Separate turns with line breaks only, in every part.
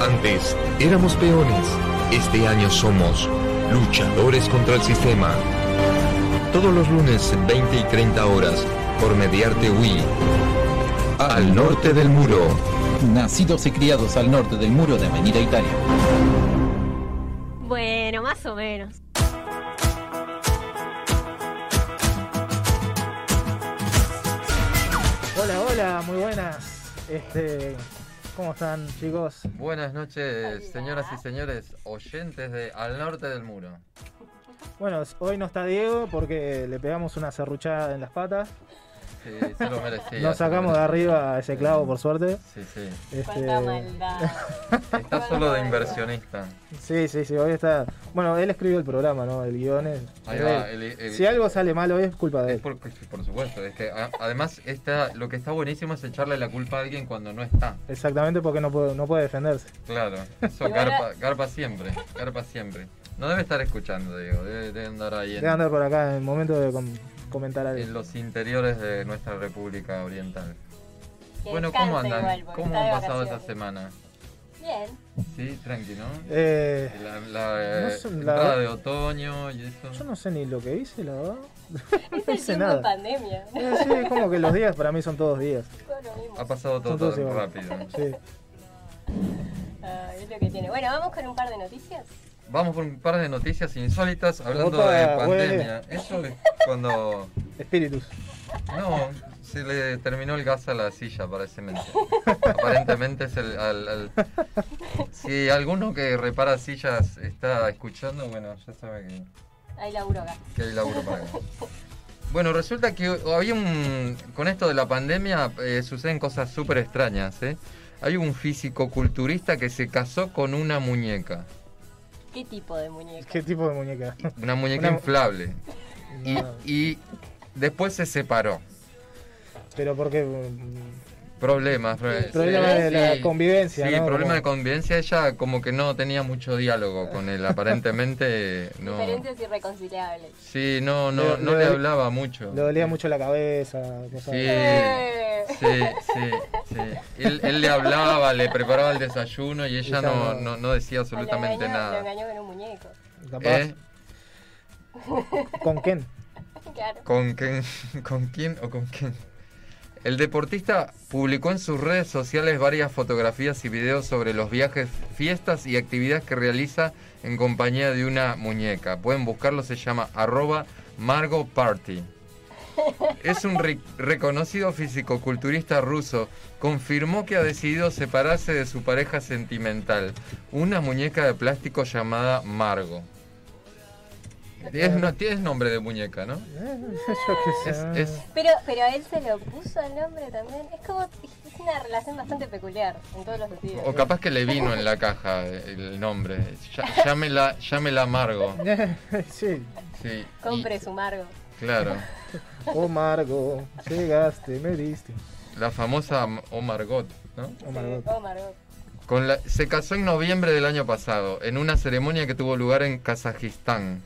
Antes éramos peones, este año somos luchadores contra el sistema. Todos los lunes 20 y 30 horas por Mediarte Wii. Al norte del muro.
Nacidos y criados al norte del muro de Avenida Italia.
Bueno, más o menos.
Hola, hola, muy buenas. Este, ¿Cómo están, chicos?
Buenas noches, señoras y señores, oyentes de Al Norte del Muro.
Bueno, hoy no está Diego porque le pegamos una serruchada en las patas.
Sí, se lo merecía.
Nos
se lo
sacamos de arriba ese clavo, por suerte.
merecía. Sí, sí.
Este,
Cuánta maldad.
Está solo de inversionista.
sí, sí, sí, hoy está. Bueno, él escribió el programa, ¿no? El guión. es-
Ahí
es
va,
de él.
el- el-
si algo sale mal hoy es culpa de
Es
él.
por, por supuesto, es que a- además está, lo que está buenísimo es echarle la culpa a alguien cuando no está.
Exactamente porque no puede, no puede defenderse.
Claro, eso
Y
garpa,
ahora-
garpa siempre, garpa siempre. No debe estar escuchando, Diego, debe, debe andar ahí
Debe andar
en,
por acá en el momento de com- comentar algo.
en los interiores de nuestra República Oriental.
Que
Bueno,
descanse
¿cómo andan?
igual, porque
¿Cómo
está de
han pasado esta
vacaciones.
semana?
Bien.
Sí, tranqui, ¿no?
Eh,
La, la,
No
eh,
sé, la
entrada
verdad-
de otoño y eso.
yo no sé ni lo que hice, la verdad.
Es
No
el
hice
tiempo
nada.
de pandemia.
Eh, sí, es como que los días para mí son todos días.
Todo lo mismo.
Ha pasado todo
Son todos
tan
iguales.
rápido.
Sí.
Ah, es lo que tiene. Bueno, vamos con un par de noticias.
Vamos por un par de noticias insólitas hablando
Opa,
de
huele.
pandemia. Eso es cuando...
Espíritus.
No, se le terminó el gas a la silla, aparentemente. Aparentemente es el... al- al- Si alguno que repara sillas está escuchando, bueno, ya sabe que...
Ahí la uroga.
que hay laburo para acá. Bueno, resulta que había un. Con esto de la pandemia eh, suceden cosas súper extrañas, ¿eh? Hay un físico-culturista que se casó con una muñeca.
¿Qué tipo de muñeca?
¿Qué tipo de muñeca?
Una muñeca
Una- Ah.
inflable. Y,
No,
y después se separó.
pero porque mm,
Problemas. eh,
Problema de la convivencia,
Sí,
¿no?
problema
Como-
de convivencia. Ella como que no tenía mucho diálogo con él. Aparentemente no.
Diferencias irreconciliables.
Sí, no, no,
Le-
no
le
le
doli-
hablaba mucho.
le dolía mucho la cabeza. cosas-
Sí.
Eh.
Sí, sí, sí. Él, él le hablaba, le preparaba el desayuno y ella no, no, no decía
Lo
absolutamente
engañó- Lo
nada.
engañó con un muñeco.
Capaz.
¿Eh?
¿Con quién?
Claro.
¿Con quién, ¿Con quién o con quién? El deportista publicó en sus redes sociales varias fotografías y videos sobre los viajes, fiestas y actividades que realiza en compañía de una muñeca. Pueden buscarlo, se llama arroba Margo Party. Es un re- reconocido fisicoculturista ruso. Confirmó que ha decidido separarse de su pareja sentimental, una muñeca de plástico llamada Margo. Es, no, tienes nombre de muñeca, ¿no?
Eh, Yo qué
Es,
sé.
es-
Pero, pero él se lo puso el nombre también. Es como. Es una relación bastante peculiar en todos los sentidos.
o capaz que le vino en la caja el nombre. Ya- Llámela, llámela Margo.
sí.
Sí. y-
Compre su margo.
Claro.
Oh, Margo, llegaste, me diste.
La famosa O Margot, ¿no?
Oh, Margot.
Sí, oh, Margot.
Con la- se casó en noviembre del año pasado, en una ceremonia que tuvo lugar en Kazajistán.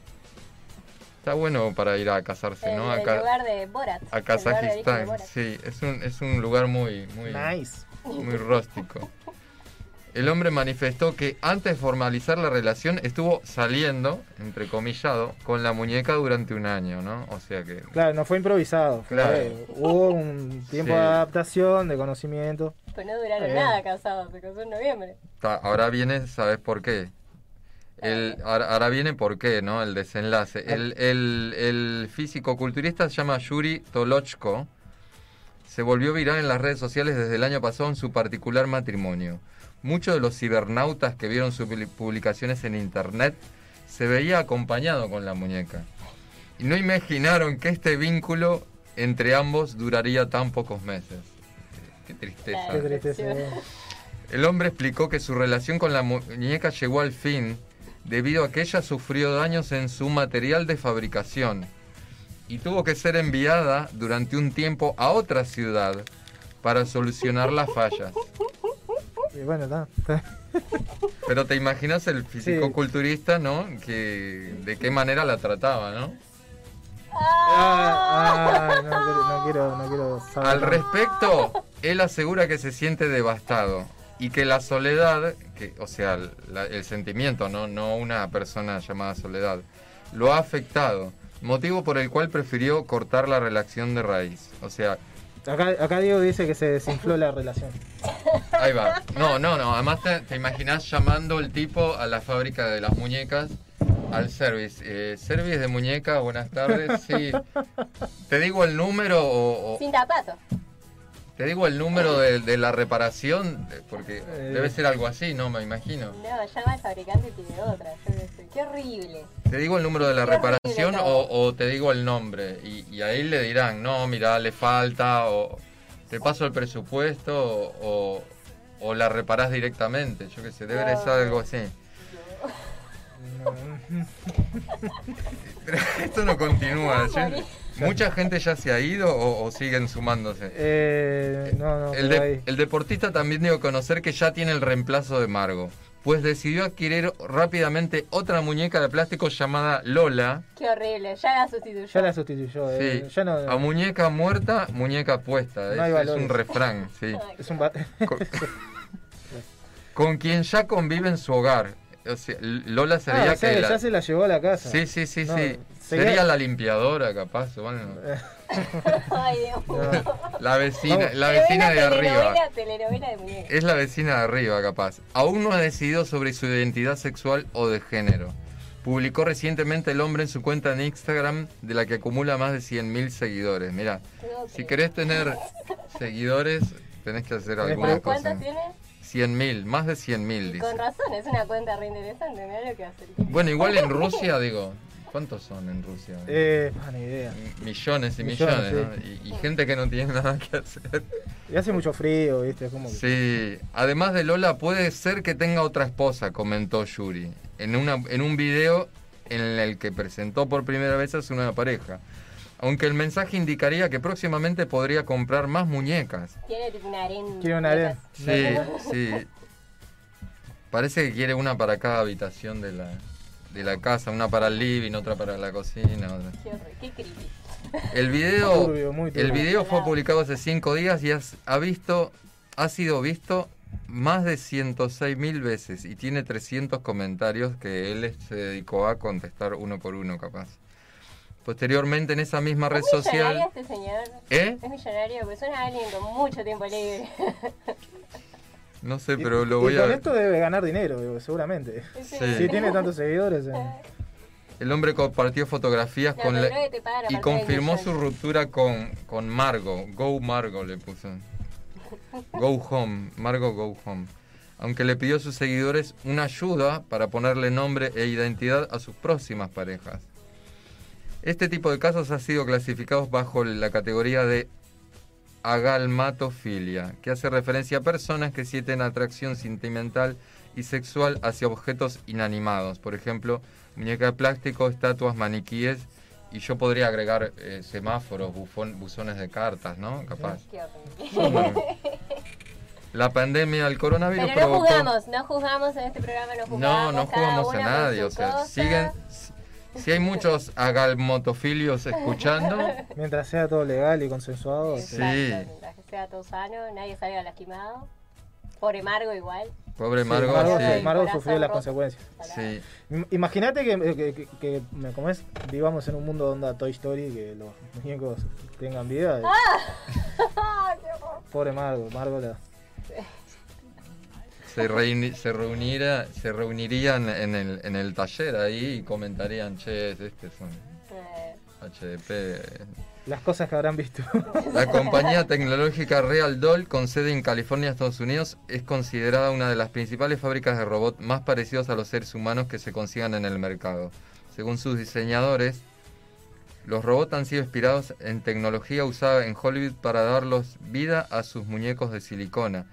Está bueno para ir a casarse,
El,
¿no?
el
A, Ka-
Eh, lugar de Borat.
a
el lugar de origen de
Kazajistán,
Borat.
sí. Es un, es un lugar muy, muy,
Nice.
muy rústico. El hombre manifestó que antes de formalizar la relación estuvo saliendo, entre comillado, con la muñeca durante un año, ¿no? O sea que...
Claro, no fue improvisado. fue-
Claro.
hubo un tiempo
Sí.
de adaptación, de conocimiento.
Pues no duraron
Bien.
nada casados, se casó en noviembre.
Ta- ahora viene, ¿sabes por qué? El, ahora, ahora viene por qué, ¿no? El desenlace. El, el, el físico-culturista se llama Yuri Tolochko. Se volvió viral en las redes sociales desde el año pasado en su particular matrimonio. Muchos de los cibernautas que vieron sus publi- publicaciones en internet se veía acompañado con la muñeca. Y no imaginaron que este vínculo entre ambos duraría tan pocos meses. Qué tristeza.
Qué tristeza.
Sí.
eh.
El hombre explicó que su relación con la muñeca llegó al fin debido a que ella sufrió daños en su material de fabricación y tuvo que ser enviada durante un tiempo a otra ciudad para solucionar las fallas.
Y bueno, está. está.
Pero te imaginas el fisicoculturista, ¿no? Que de qué manera la trataba, ¿no?
Ah, ah, no, quiero, no quiero, no quiero saber.
Al
más.
respecto, él asegura que se siente devastado. y que la soledad, que, o sea, la- el sentimiento, ¿no? no una persona llamada soledad, lo ha afectado, motivo por el cual prefirió cortar la relación de raíz. O sea,
Acá, acá Diego dice que se desinfló la relación.
ahí va. No, no, no, además te, te imaginás llamando el tipo a la fábrica de las muñecas. Al service. Eh, service de muñeca, buenas tardes. Sí. ¿Te digo el número
Oh.
o, o-
Sin zapato.
te digo el número de, de la reparación? Eh, Porque
Eh.
debe ser algo así, ¿no? Me imagino.
No, llama al fabricante y pide otra. yo qué sé. Qué horrible.
¿Te digo el número de la
Qué horrible,
reparación
no.
o, o te digo el nombre? Y, y ahí le dirán, no, mira, le falta, o te paso el presupuesto, o, o- o la reparás directamente. Yo qué sé, debe de ser algo así. Pero esto no continúa. yo- ¿Mucha gente ya se ha ido o, o siguen sumándose?
Eh, no, no,
El,
pero
de-
ahí.
el deportista también dio a conocer que ya tiene el reemplazo de Margo, pues decidió adquirir rápidamente otra muñeca de plástico llamada Lola.
Qué horrible. Ya la sustituyó.
Ya la sustituyó. eh,
Sí.
ya no,
A muñeca muerta, muñeca puesta.
No hay
es, es un
valores.
refrán, sí.
Ay,
es un ba-
Con, con quien ya convive en su hogar. O sea, Lola sería
Ah, o sea,
que
que
la-
ya se la llevó a la casa.
Sí, sí, sí,
No,
sí.
sería-
Sería la limpiadora, capaz. o algo.
Ay, Dios.
La vecina,
Vamos.
la vecina de
Telenovela,
arriba. Eh,
Telenovela, telenovela de muñeca.
Es la vecina de arriba, capaz. Aún no ha decidido sobre su identidad sexual o de género. Publicó recientemente el hombre en su cuenta en Instagram, de la que acumula más de 100.000 seguidores. Mira,
No
si
creo.
querés tener seguidores, tenés que hacer
Tenés
alguna cosa.
¿Cuántas tiene?
100.000, más de 100.000,
Y con
dice.
razón, es una cuenta re interesante, mirá lo que hace. el tipo.
Bueno, igual en Rusia, digo, ¿cuántos son en Rusia?
Eh, pa, ni idea.
M- Millones y millones,
Millones,
¿no? Y, y gente que no tiene nada que hacer.
Y hace mucho frío, ¿viste? es Como que-
Sí, además de Lola, puede ser que tenga otra esposa, comentó Yuri, en, una, en un video en el que presentó por primera vez a su nueva pareja. Aunque el mensaje indicaría que próximamente podría comprar más muñecas.
Tiene tipo un harén.
Quiere un harén.
Sí, sí. Parece que quiere una para cada habitación de la, de la casa, una para el living, otra para la cocina. otra-
Qué horror, qué creepy.
El video,
Turbio, muy turbio.
el video fue publicado hace cinco días y has- ha visto, ha sido visto más de 106 mil veces y tiene 300 comentarios que él se dedicó a contestar uno por uno, capaz. Posteriormente en esa misma red
¿Es millonario
social,
este señor?
¿eh?
Es millonario, pues suena a alguien con mucho tiempo libre.
No sé,
Y-
pero lo
y
voy a
con
ver.
esto debe ganar dinero, digo, seguramente.
Sí.
Si tiene tantos seguidores. eh.
El hombre compartió fotografías
No,
con
pero
la-
creo que te pagan a
y
partir de
confirmó
millón.
su ruptura con, con Margo. Go Margo le puso. Go home, Margo Go home. Aunque le pidió a sus seguidores una ayuda para ponerle nombre e identidad a sus próximas parejas. Este tipo de casos ha sido clasificados bajo la categoría de agalmatofilia, que hace referencia a personas que sienten atracción sentimental y sexual hacia objetos inanimados, por ejemplo, muñeca de plástico, estatuas, maniquíes, y yo podría agregar eh, semáforos, bufón- buzones de cartas, ¿no? Capaz.
Qué horrible.
La pandemia del coronavirus
Pero no
provocó...
juzgamos, no juzgamos en este programa, no juzgamos.
No, no
cada
jugamos a
uno
nadie, o
con su
sea,
cosa.
siguen... Si hay muchos agalmotofilios escuchando,
Mientras sea todo legal y consensuado. eh,
Exacto,
Sí.
Mientras que sea todo sano, nadie salga lastimado. Pobre Margo igual.
pobre
Sí,
Margo,
Margot,
sí,
sí.
Margot
Corazón
sufrió las
roto.
consecuencias.
Ojalá.
sí.
Im- Imagínate que, eh, que, que- que- ¿cómo es? vivamos en un mundo donde a Toy Story, que los muñecos tengan vida. eh.
Ah.
Pobre Margo, Margo la...
se, reuni- se reunirá- se reunirían en el, en el taller ahí y comentarían, che, este es un
Eh,
HDP.
las cosas que habrán visto.
La compañía tecnológica Real Doll, con sede en California, Estados Unidos, es considerada una de las principales fábricas de robots más parecidos a los seres humanos que se consigan en el mercado. Según sus diseñadores, los robots han sido inspirados en tecnología usada en Hollywood para darlos vida a sus muñecos de silicona.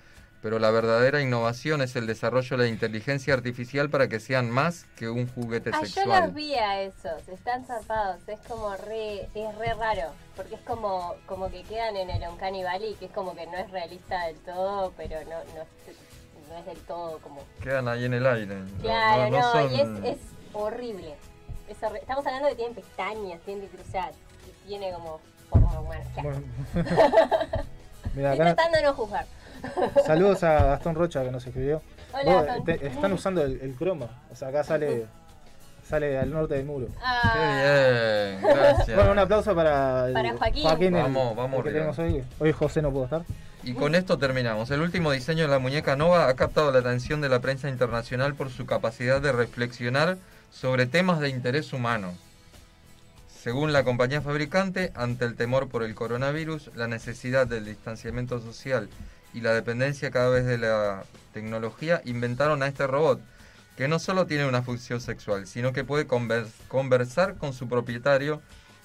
Pero la verdadera innovación es el desarrollo de la inteligencia artificial para que sean más que un juguete
Ah, yo
sexual.
los vi a esos, están zarpados, es como re, es re raro, porque es como, como que quedan en el Uncanny Valley, que es como que no es realista del todo, pero no, no, es- no es del todo como...
Quedan ahí en el aire. No-
Claro, no,
no- no son-
y es, es horrible. Es horri- Estamos hablando de que tienen pestañas, tienen que cruzar, y tiene como forma humana. claro.
Mira,
Estoy
acá,
tratando de no juzgar.
Saludos a Gastón Rocha que nos escribió.
Hola,
Vos, eh,
Gastón.
te- están usando el, el croma. O sea, acá sale, sale al norte del muro.
Ah,
Qué bien, gracias.
Bueno, un aplauso para, el-
Para Joaquín.
el-
Vamos, vamos,
el que
Ricardo.
tenemos hoy. Hoy José no pudo estar.
Y con esto terminamos. El último diseño de la muñeca Nova ha captado la atención de la prensa internacional por su capacidad de reflexionar sobre temas de interés humano. Según la compañía fabricante, ante el temor por el coronavirus, la necesidad del distanciamiento social y la dependencia cada vez de la tecnología, inventaron a este robot, que no solo tiene una función sexual, sino que puede conver- conversar con su propietario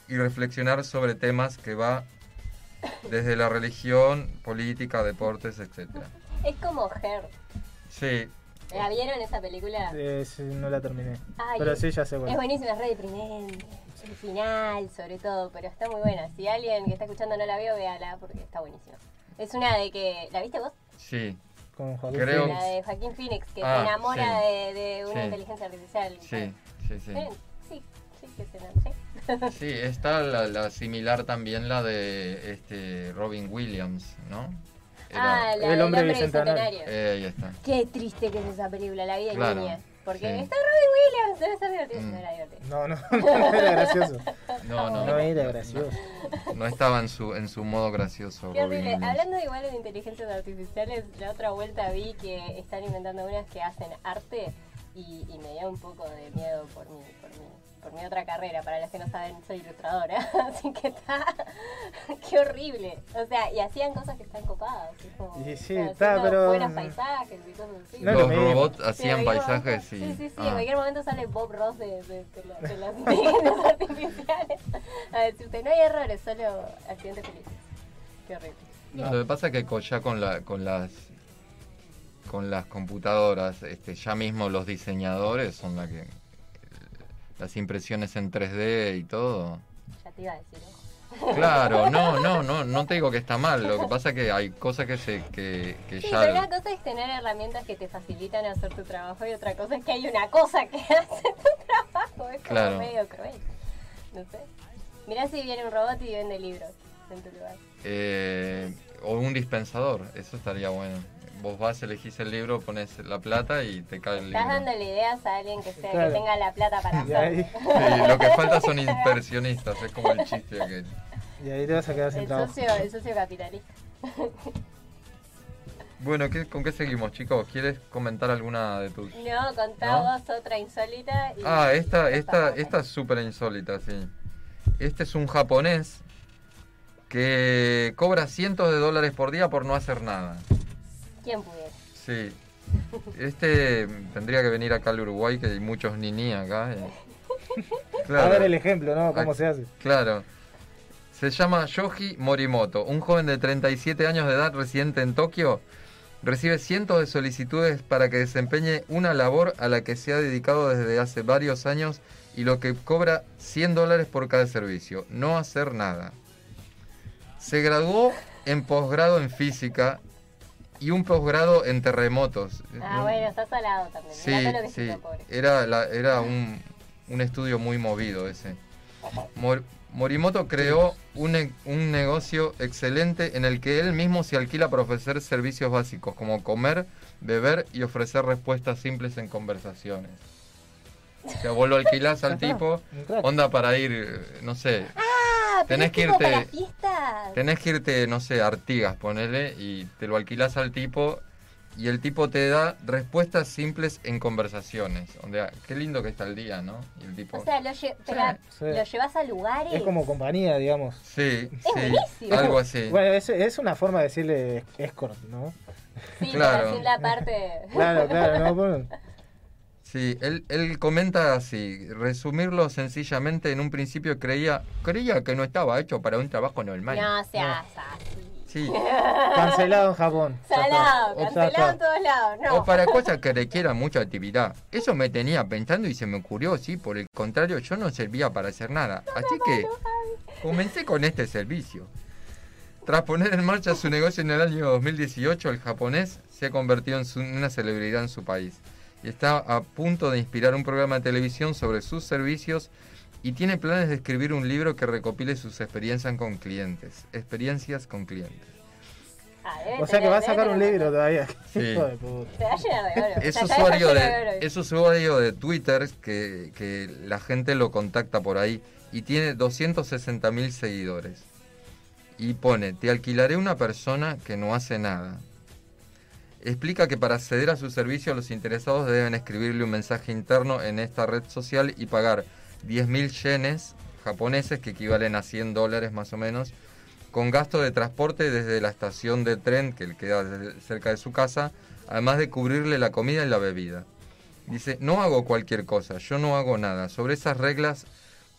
y reflexionar sobre temas que va desde la religión, política, deportes, etc.
es como Her.
Sí,
¿La vieron esa película?
Eh, sí, no la terminé.
Ay,
Pero sí, ya sé cuál.
Ah, Es buenísima, es re deprimente. El final, sobre todo, pero está muy buena. Si alguien que está escuchando no la vio, véala porque está buenísima. Es una de que. ¿La viste vos?
sí,
Con Joaquín.
Creo-
Phoenix.
La de Joaquín Phoenix, que
Ah,
se enamora
sí.
de, de una
Sí.
inteligencia artificial.
sí, sí, sí.
Eh, Sí, sí, que se enamora. sí.
Sí, está la, la similar también la de este Robin Williams, ¿no? Era-
Ah, la
El
del
hombre
hombre
bicentenario.
bicentenario.
Eh, ahí está.
Qué triste que es esa película, la vida en
Claro,
niña. Porque
sí.
está Robin Williams, debe ser divertido.
Mm.
No era divertido.
No, no, no era gracioso.
No, no,
No era gracioso.
No estaba en su, en su modo gracioso.
Qué
Robin
horrible.
Williams.
Hablando igual de inteligencias artificiales, la otra vuelta vi que están inventando unas que hacen arte y, y me dio un poco de miedo por mi, por mi, por mi otra carrera. Para las que no saben, soy ilustradora, así que está... Qué horrible. O sea, y hacían cosas que están copadas. es como-
Y sí,
o sea,
está,
haciendo
pero-
Buenos paisajes y cosas así.
No es lo
Los
mismo.
robots
Sí, en
hacían
cualquier
paisajes
momento-
y...
Sí, sí, sí,
ah,
en cualquier momento sale Bob Ross de, de- de la- de las inteligencias artificiales a decirte, no hay errores, solo accidentes felices. Qué horrible.
Lo que pasa es que co- ya con, la, con las con las computadoras, este, ya mismo los diseñadores son la que las impresiones en 3D y todo.
Ya te iba a decir, ¿eh?
Claro, no, no, no, no te digo que está mal. Lo que pasa es que hay cosas que se que, que
Sí,
ya
pero una cosa es tener herramientas que te facilitan hacer tu trabajo y otra cosa es que hay una cosa que hace tu trabajo. Es como
Claro.
medio cruel. No sé. Mirá si viene un robot y vende libros en tu lugar.
eh, o un dispensador, eso estaría bueno. Vos vas, elegís el libro, pones la plata y te cae el libro.
Estás dándole ideas a alguien que, sea,
Claro.
que tenga la plata para
Y
hacer.
ahí,
Sí, lo que falta son impresionistas, es como el chiste que
y ahí te vas a quedar sin
El
trabajo.
socio, el socio capitalista.
Bueno, ¿qué- ¿con qué seguimos, chicos? ¿Quieres comentar alguna de tus...?
No, contá
¿No?
vos otra insólita. y-
Ah, esta,
Ya
esta,
está.
esta es súper insólita, sí. Este es un japonés que cobra cientos de dólares por día por no hacer nada.
¿Quién pudiera?
Sí. Este tendría que venir acá al Uruguay, que hay muchos niní acá. eh.
A ver
Claro,
el ejemplo, ¿no? ¿Cómo
Ay.
se hace?
claro. Se llama Yoji Morimoto, un joven de 37 años de edad residente en Tokio. Recibe cientos de solicitudes para que desempeñe una labor a la que se ha dedicado desde hace varios años y lo que cobra 100 dólares por cada servicio, no hacer nada. Se graduó en posgrado en física y un posgrado en terremotos.
Ah,
No-
bueno, estás al lado también.
Sí,
Mirá todo lo que
sí.
se pobre.
Era, la- era un, un estudio muy movido ese. Mor- Morimoto creó un, ne- un negocio excelente en el que él mismo se alquila para ofrecer servicios básicos como comer, beber y ofrecer respuestas simples en conversaciones. O sea, vos lo alquilás al tipo,
Un crack.
onda para ir, eh, no sé,
Ah, pero
Tenés
es
que
tipo
irte-
Para fiestas.
Tenés que irte, no sé, a Artigas, ponele, y te lo alquilás al tipo, y el tipo te da respuestas simples en conversaciones. O sea, qué lindo que está el día, ¿no? Y el tipo.
O sea, lo, lle- pero,
Sí.
lo llevas a lugares.
Es como compañía, digamos.
sí, sí,
buenísimo.
algo así.
Bueno, es, es una forma de decirle escort, ¿no?
Sí,
claro.
pero sin la parte.
Claro, claro, ¿no? Bueno,
Sí, él, él comenta así, resumirlo sencillamente, en un principio creía, creía que no estaba hecho para un trabajo normal.
No seas así.
Sí,
Cancelado en Japón. Ya está.
Salado,
O-
cancelado en todos lados.
o
No.
para cosas que requieran mucha actividad. Eso me tenía pensando y se me ocurrió, sí, por el contrario, yo no servía para hacer nada. Así que comencé con este servicio. Tras poner en marcha su negocio en el año 2018, el japonés se ha convertido en su- en una celebridad en su país y está a punto de inspirar un programa de televisión sobre sus servicios y tiene planes de escribir un libro que recopile sus experiencias con clientes. Experiencias con clientes.
Ah, debe
O sea que
tener-
va a
debe
sacar
tener
un libro todavía.
Sí.
Hijo de puta.
Se va a llenar de oro.
Es
Ya está, ya
usuario
está
de,
lleno oro.
es usuario de Twitter que, que la gente lo contacta por ahí y tiene 260 mil seguidores. Y pone, te alquilaré una persona que no hace nada. Explica que para acceder a su servicio los interesados deben escribirle un mensaje interno en esta red social y pagar 10.000 yenes japoneses que equivalen a 100 dólares más o menos con gasto de transporte desde la estación de tren que le queda de- cerca de su casa, además de cubrirle la comida y la bebida. Dice, no hago cualquier cosa, yo no hago nada. Sobre esas reglas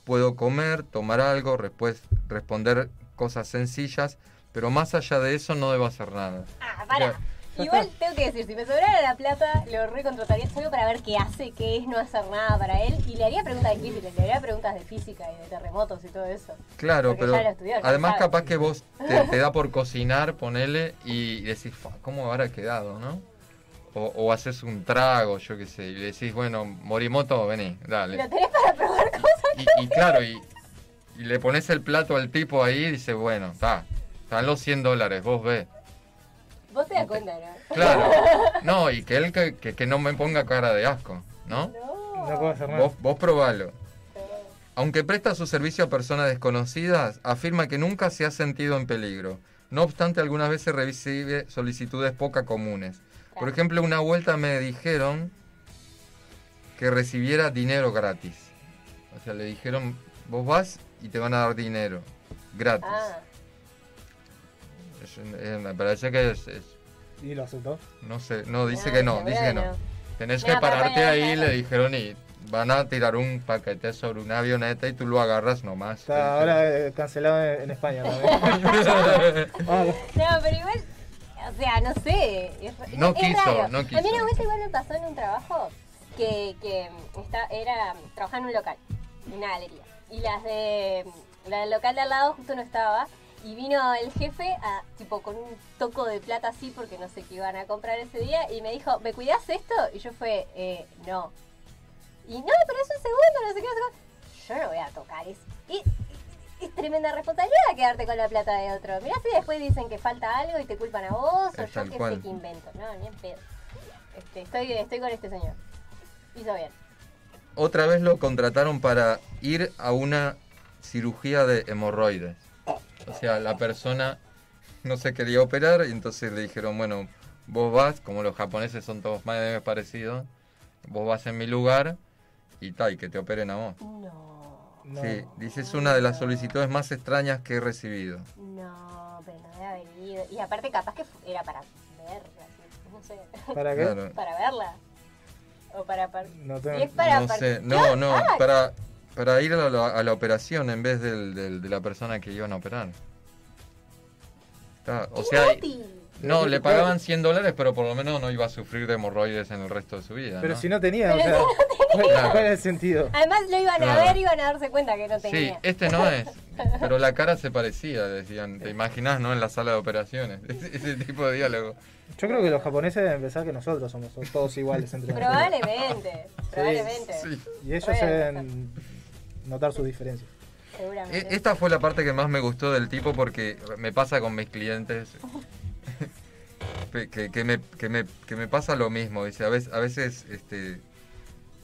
puedo comer, tomar algo, respues- responder cosas sencillas, pero más allá de eso no debo hacer nada.
Ah, para. Igual tengo que decir, si me sobrara la plata, lo recontrataría solo para ver qué hace, qué es no hacer nada para él. Y le haría preguntas difíciles, le haría preguntas de física y de terremotos y todo eso.
Claro,
Porque
pero
ya lo estudió, ya
además
sabe.
capaz que vos te, te da por cocinar, ponele, y decís, "Fa, ¿cómo habrá quedado, no? O, o haces un trago, yo qué sé, y le decís, bueno, Morimoto, vení, dale.
Lo tenés para probar cosas.
Y, y claro, y, y le pones el plato al tipo ahí y dice, bueno, está, están los 100 dólares, vos ve.
Vos te das cuenta, ¿no?
Claro. No, y que él que, que- que no me ponga cara de asco, ¿no?
No.
No puedo hacer nada.
Vos, vos probalo. Aunque presta su servicio a personas desconocidas, afirma que nunca se ha sentido en peligro. No obstante, algunas veces recibe solicitudes poco comunes. Por ejemplo, una vuelta me dijeron que recibiera dinero gratis. O sea, le dijeron, vos vas y te van a dar dinero. Gratis.
Ah,
Es un- es- me parece que es- es-
Y lo aceptó.
no sé, no, dice
Ah,
que no,
seguro
dice
que
que no.
no.
Tenés
No,
que
pero
pararte
bueno,
ahí,
bueno.
le dijeron, y van a tirar un paquete sobre una avioneta y tú lo agarras nomás.
Está ahora eh, cancelado en, en España también. Ah,
No, pero igual, o sea, no sé. Es,
No
es
quiso,
raro.
no
A mí
quiso.
una vez igual me pasó en un trabajo que, que está, era mm, trabajar en un local, en una galería. Y las de la del local de al lado justo no estaba. Y vino el jefe a, tipo con un toco de plata así porque no sé qué iban a comprar ese día y me dijo, ¿me cuidás esto? Y yo fue, eh, no. Y no, pero es un segundo, no sé qué, no sé qué. Yo no voy a tocar eso. Y- y- es tremenda responsabilidad quedarte con la plata de otro. Mirá si después dicen que falta algo y te culpan a vos
Es
o
tal
yo que
cual.
sé que invento. No, ni en pedo. Este, estoy, estoy con este señor. Hizo bien.
Otra vez lo contrataron para ir a una cirugía de hemorroides. O sea, la persona no se quería operar y entonces le dijeron, bueno, vos vas, como los japoneses son todos más o menos parecidos, vos vas en mi lugar y tal, y que te operen a vos.
No,
no.
Sí, dice, es una de las solicitudes más extrañas que he recibido.
no, pero no debe haber ido. Y aparte capaz que fu- era para verla, así, no sé.
¿Para qué?
Claro.
para verla. O para... par-
No
Si es
tengo.
para...
no
par-
sé, no, no, para, para ir a la, a la operación en vez del, del- de la persona que iban a operar. Está, o sea,
¡Inútil!
no, le pagaban
pues,
100 dólares, pero por lo menos no iba a sufrir de hemorroides en el resto de su vida.
Pero
¿no?
si no tenía, o
Pero
sea, ¿cuál,
tenía.
cuál es el sentido?
Además lo iban
Claro.
a ver y iban a darse cuenta que no
Sí,
tenía.
este no es. Pero la cara se parecía, decían. ¿Te imaginas, no? En la sala de operaciones. Ese, ese tipo de diálogo.
Yo creo que los japoneses deben pensar que nosotros somos todos iguales entre nosotros.
Probablemente, probablemente,
Sí.
Y ellos se deben notar sus diferencias.
E-
seguramente.
Esta fue la parte que más me gustó del tipo porque me pasa con mis clientes. pe- Que, que me, que me- que me pasa lo mismo. Dice, a veces, a veces este,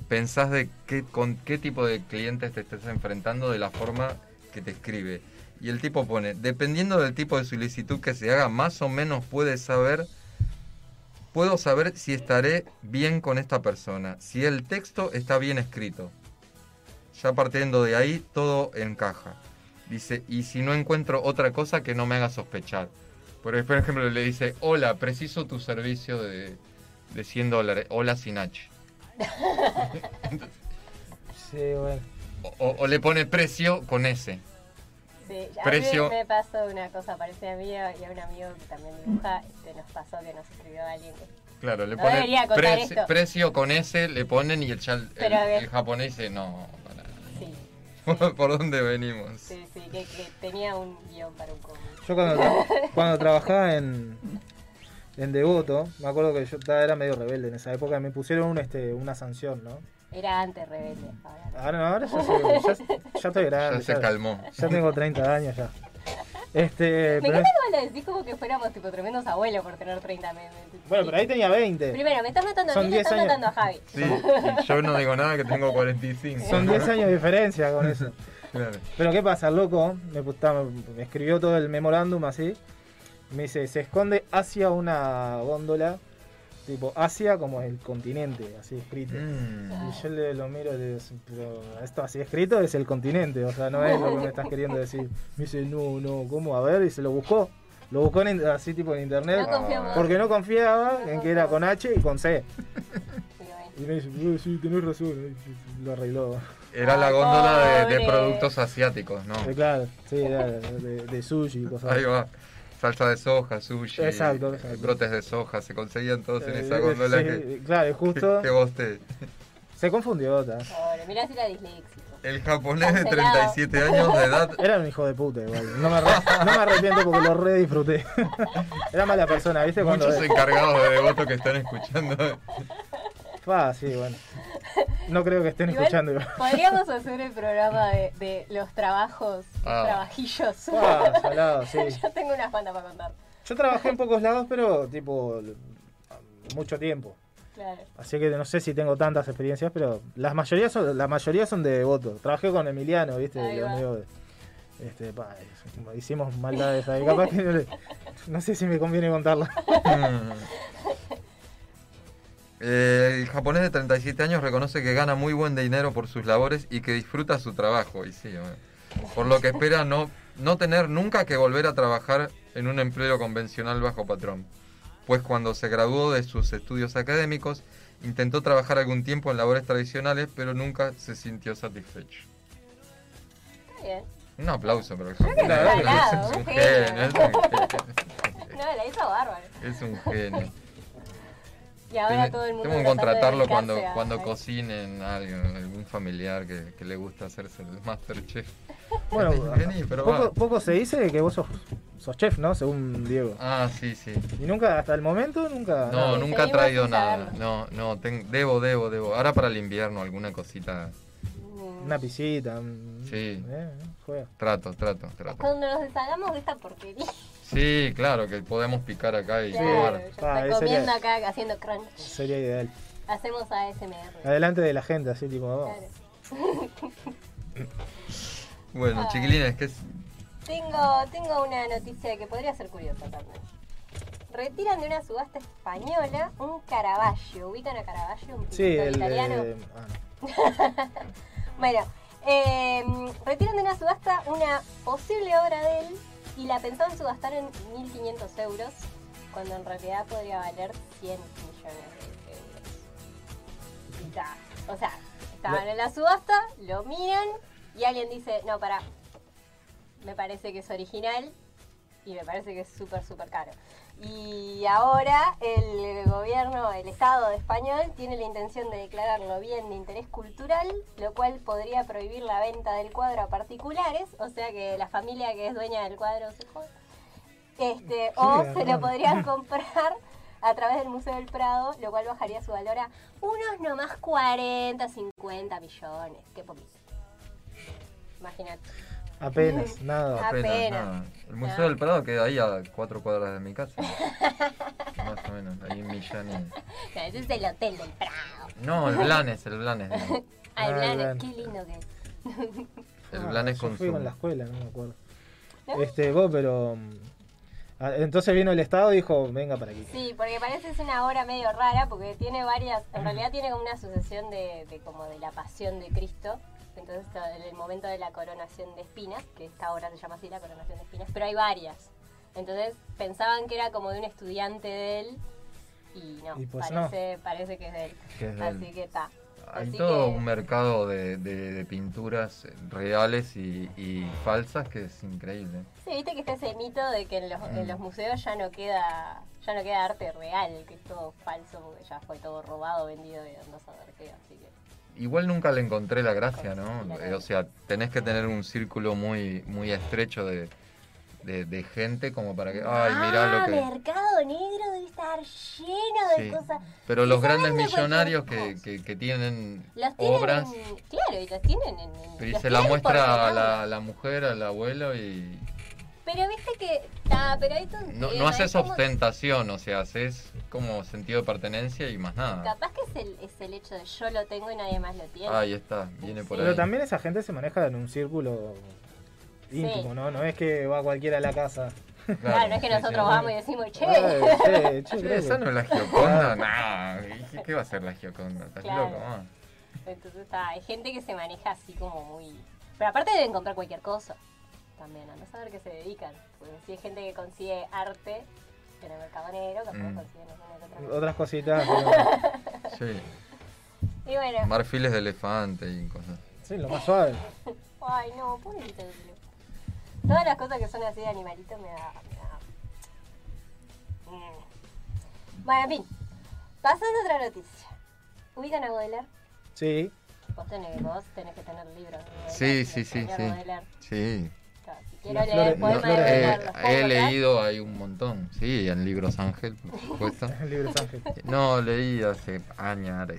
pensás de qué, con qué tipo de clientes te estás enfrentando de la forma que te escribe. Y el tipo pone, dependiendo del tipo de solicitud que se haga, más o menos puedes saber, puedo saber si estaré bien con esta persona, si el texto está bien escrito. Ya partiendo de ahí, todo encaja. Dice, y si no encuentro otra cosa que no me haga sospechar. Por ej- por ejemplo, le dice, hola, preciso tu servicio de, de 100 dólares. Hola, sin H.
Sí, bueno.
O, o- o le pone precio con S.
Sí, a
Precio.
mí me pasó una cosa parecida a mí y a un amigo que también dibuja, este, nos pasó que nos escribió alguien. que-
Claro, le
No
pone
debería contar
preci-
esto.
precio con S, le ponen y el, chal- el,
Pero a ver.
el japonés dice, no,
Sí,
para- ¿por dónde venimos?
sí, sí, que, que tenía un guión para un cómic.
Yo cuando, cuando trabajaba en, en Devoto, me acuerdo que yo era medio rebelde en esa época, me pusieron un, este, una sanción, ¿no?
Era antes rebelde,
Eh,
ahora.
Ahora no, ahora ya, soy- ya- ya estoy grande.
Ya se calmó.
ya tengo 30 años ya. Este,
Me
pero-
encanta cómo lo decís como que fuéramos tipo tremendos abuelos por tener 30. me- me-
bueno, pero ahí tenía 20.
Primero, me estás matando a
Son
mí y le
10
estás
años.
matando a Javi.
Sí, y yo no digo nada que tengo 45.
Son 10 años de diferencia con eso.
Claro.
Pero qué pasa, el loco, me, pu- ta- me escribió todo el memorándum así. Me dice, se esconde hacia una góndola, tipo Asia como el continente, así escrito.
Mm.
Y yo le lo miro y le digo, pero esto así escrito es el continente, o sea, no es lo que me estás queriendo decir. Me dice, no, no, ¿cómo? A ver, y se lo buscó. Lo buscó en in- así tipo en internet.
No confiamos.
Porque no confiaba en que era con H y con C.
Sí, bueno.
Y me dice, "Eh, sí, tenés razón. Y Lo arregló.
Era la
Ay,
góndola de, de
pobre.
productos asiáticos, ¿no?
Eh, claro, sí, era de, de sushi y cosas
Ahí
así.
va. Salsa de soja, sushi,
Exacto, exacto.
eh, brotes de soja, se conseguían todos en
Eh,
esa góndola
sí,
que,
Claro, y justo
que- que vos te...
se confundió. ta.
Pobre, mirá si era disléxico.
El japonés de
Cancelado.
37 años de edad
Era un hijo de puta igual. No me, arre- no me arrepiento porque lo re disfruté. Era mala persona, ¿viste? Cuando...
Muchos encargados de devoto que están escuchando.
Ah, sí, bueno. No creo que estén
Igual-
escuchando igual.
Podríamos hacer el programa de, de los trabajos, los
Ah.
trabajillos.
Ah, salado, sí.
Yo tengo unas bandas para contar.
Yo trabajé en pocos lados, pero tipo l- mucho tiempo.
Claro.
Así que no sé si tengo tantas experiencias, pero las mayoría son, la mayoría son de voto. Trabajé con Emiliano, ¿viste?
Ahí
El
va.
amigo de- este, pa, es- hicimos maldades ahí. Capaz que no, le- no sé si me conviene contarla.
Mm. Eh, el japonés de 37 años reconoce que gana muy buen dinero por sus labores y que disfruta su trabajo. Y sí, bueno. por lo que espera no, no tener nunca que volver a trabajar en un empleo convencional bajo patrón. Pues cuando se graduó de sus estudios académicos, intentó trabajar algún tiempo en labores tradicionales, pero nunca se sintió satisfecho.
Está bien.
Un aplauso para el
que
japonés.
está al
es
lado,
un
un
genio, es un genio.
No, la hizo bárbaro.
Es un genio.
Y ahora
Tiene-
todo el mundo.
Tengo
tratando de
que contratarlo
dedicarse
cuando,
a-
cuando
a-
cocinen a alguien, algún familiar que, que le gusta hacerse el Masterchef.
Bueno,
Vení, pero va.
poco, poco se dice de que vos sos, sos chef, ¿no? Según Diego.
Ah, sí, sí.
Y nunca, hasta el momento, nunca.
No,
no,
nunca he
seguimos
traído
sin
nada.
saberlo.
No, no, ten- debo, debo, debo. Ahora para el invierno alguna cosita.
Mm.
Una pisita. un-
Sí.
eh, juega.
Trato, trato, trato.
Cuando nos deshagamos de esta porquería.
Sí, claro, que podemos picar acá y
Claro, yo
jugar.
Ah,
estoy
esa
comiendo
idea.
acá haciendo crunch.
Sería ideal.
Hacemos ASMR.
Adelante de la gente, así tipo. oh.
Claro.
Bueno,
Ah.
chiquilines, que es?
Tengo, tengo una noticia que podría ser curiosa también. Retiran de una subasta española un Caravaggio. ¿Ubican a Caravaggio? Un
Sí,
pintor
el.
italiano.
eh, ah, no.
Bueno, eh, retiran de una subasta una posible obra de él y la pensaban subastar en 1.500 euros, cuando en realidad podría valer 100 millones de euros. Y ta, o sea, estaban en la subasta, lo miran y alguien dice, no, pará, me parece que es original y me parece que es súper, súper caro. Y ahora el gobierno, el Estado español, tiene la intención de declararlo bien de interés cultural, lo cual podría prohibir la venta del cuadro a particulares, o sea que la familia que es dueña del cuadro se jode. Este, o
Qué
se
raro.
lo podrían comprar a través del Museo del Prado, lo cual bajaría su valor a unos nomás 40, 50 millones. Qué poquito. Imagínate.
Apenas, nada.
apenas,
Apenas. Ah.
nada. El Museo
Nada.
del Prado queda ahí a cuatro cuadras de mi casa. Más o menos, ahí en Millán.
O sea, ese es el Hotel del Prado.
y- No, el Blanes, el Blanes. digo.
Ay,
Ah,
Blanes,
Blanes.
qué lindo que es.
El
Ah,
Blanes
yo
con
fui
su-
con la escuela, no me acuerdo.
¿No?
Este, vos, pero. mm, ah, Entonces vino el Estado y dijo: Venga para aquí.
Sí, porque parece que es una obra medio rara porque tiene varias, en realidad tiene como una sucesión de, de como de la pasión de Cristo. Entonces to- en el momento de la coronación de espinas, que esta obra se llama así la coronación de espinas, pero hay varias. Entonces pensaban que era como de un estudiante de él y no,
Y pues no.
parece, parece que es de él.
que es del-
Así que está.
Hay
Así
todo
que-
un mercado de, de- de pinturas reales y, y falsas que es increíble.
Sí, viste que está ese mito de que en los, en
Mm.
los museos ya no queda ya no queda arte real, que es todo falso porque ya fue todo robado, vendido y no saber qué, así que...
Igual nunca le encontré la gracia,
Sí,
¿no?
la
Eh,
verdad.
O sea, tenés que tener un círculo muy, muy estrecho de, de- de gente como para que... Ay, mirá
ah,
lo que...
Mercado Negro debe estar lleno de
Sí.
cosas.
Pero los
Se
grandes
vende cualquier
millonarios que,
cosa.
que- que tienen
Los tienen
obras...
en- Claro, y los tienen en... en-
Y
los
se la
tienen por
muestra a
regalarlos.
la, la mujer, al abuelo y...
Pero viste que. Ah, pero ahí tú.
No,
eh,
no haces
ahí como-
ostentación, o sea, haces como sentido de pertenencia y más nada.
Capaz que es el, es el hecho de yo lo tengo y nadie más lo tiene.
Ahí está, viene por
Pero
ahí.
también esa gente se maneja en un círculo
Sí.
íntimo, ¿no? No es que va cualquiera a la casa.
Claro,
Claro, no es que
sí,
nosotros
sí.
vamos y decimos, che,
Ay, che, che,
Che,
creo
esa
que-
no es la Gioconda, nah, ¿qué- ¿Qué va a ser la Gioconda? ¿Estás
Claro.
loco? mamá?
Entonces está, hay gente que se maneja así como muy... Pero aparte deben comprar cualquier cosa. También, a no saber qué se dedican. Porque si hay gente que consigue arte en el mercado negro, capaz
Mm.
consiguen alguna que otra cosa.
Otras cositas. pero-
Sí,
Y bueno,
marfiles de elefante y cosas.
Sí, lo más suave.
ay no, pobrecito de Blue. Todas las cosas que son así de animalito me da... me da- Mm. Bueno, en fin. Pasando a otra noticia. ¿Ubican a Baudelaire?
Sí.
Vos tenés, vos tenés que tener libros. de Baudelaire,
Sí, sí,
del
sí,
señor
sí.
Baudelaire.
Sí.
Claro, si
Las
quiero leer el
flores-
poema
las flores-
de
Eh,
Carlos
he
Pablo
leído hay un montón, sí, en libros Ángel, por supuesto.
El libro de Ángel.
No, leí hace años,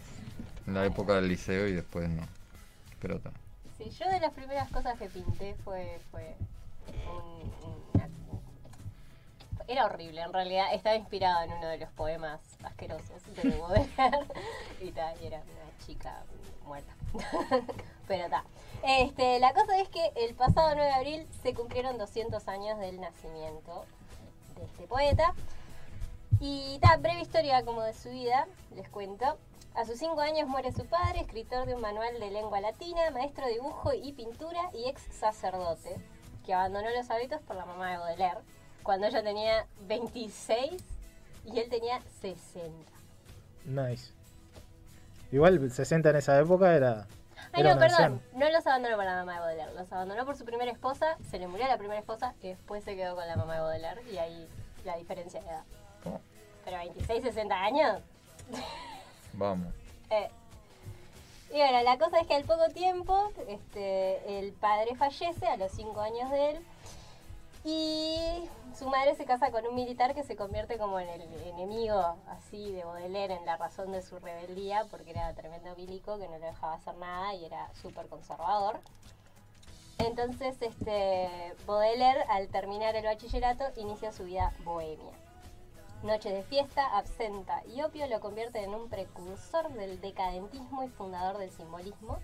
en la época del liceo y después no. Pero está.
Prat. Sí, yo de las primeras cosas que pinté fue. fue un- una- era horrible, en realidad. Estaba inspirado en uno de los poemas asquerosos de Baudelaire. y tal, y era una chica muerta. Pero está. Este, la cosa es que el pasado 9 de abril se cumplieron 200 años del nacimiento de este poeta. Y ta, breve historia como de su vida, les cuento. A sus cinco años muere su padre, escritor de un manual de lengua latina, maestro de dibujo y pintura y ex sacerdote, que abandonó los hábitos por la mamá de Baudelaire, cuando ella tenía 26 y él tenía 60.
Nice. Igual 60 en esa época era.
Ay, no,
Era un
perdón, no los abandonó por la mamá de Baudelaire, los abandonó por su primera esposa, se le murió a la primera esposa y después se quedó con la mamá de Baudelaire y ahí la diferencia de edad.
¿Cómo?
Pero 26, 60 años,
Vamos.
Eh. Y bueno, la cosa es que al poco tiempo, este, el padre fallece a los 5 años de él. Y su madre se casa con un militar que se convierte como en el enemigo así de Baudelaire en la razón de su rebeldía, porque era tremendo milico que no lo dejaba hacer nada y era súper conservador. Entonces, este, Baudelaire, al terminar el bachillerato, inicia su vida bohemia. Noches de fiesta, absenta y opio lo convierten en un precursor del decadentismo y fundador del simbolismo.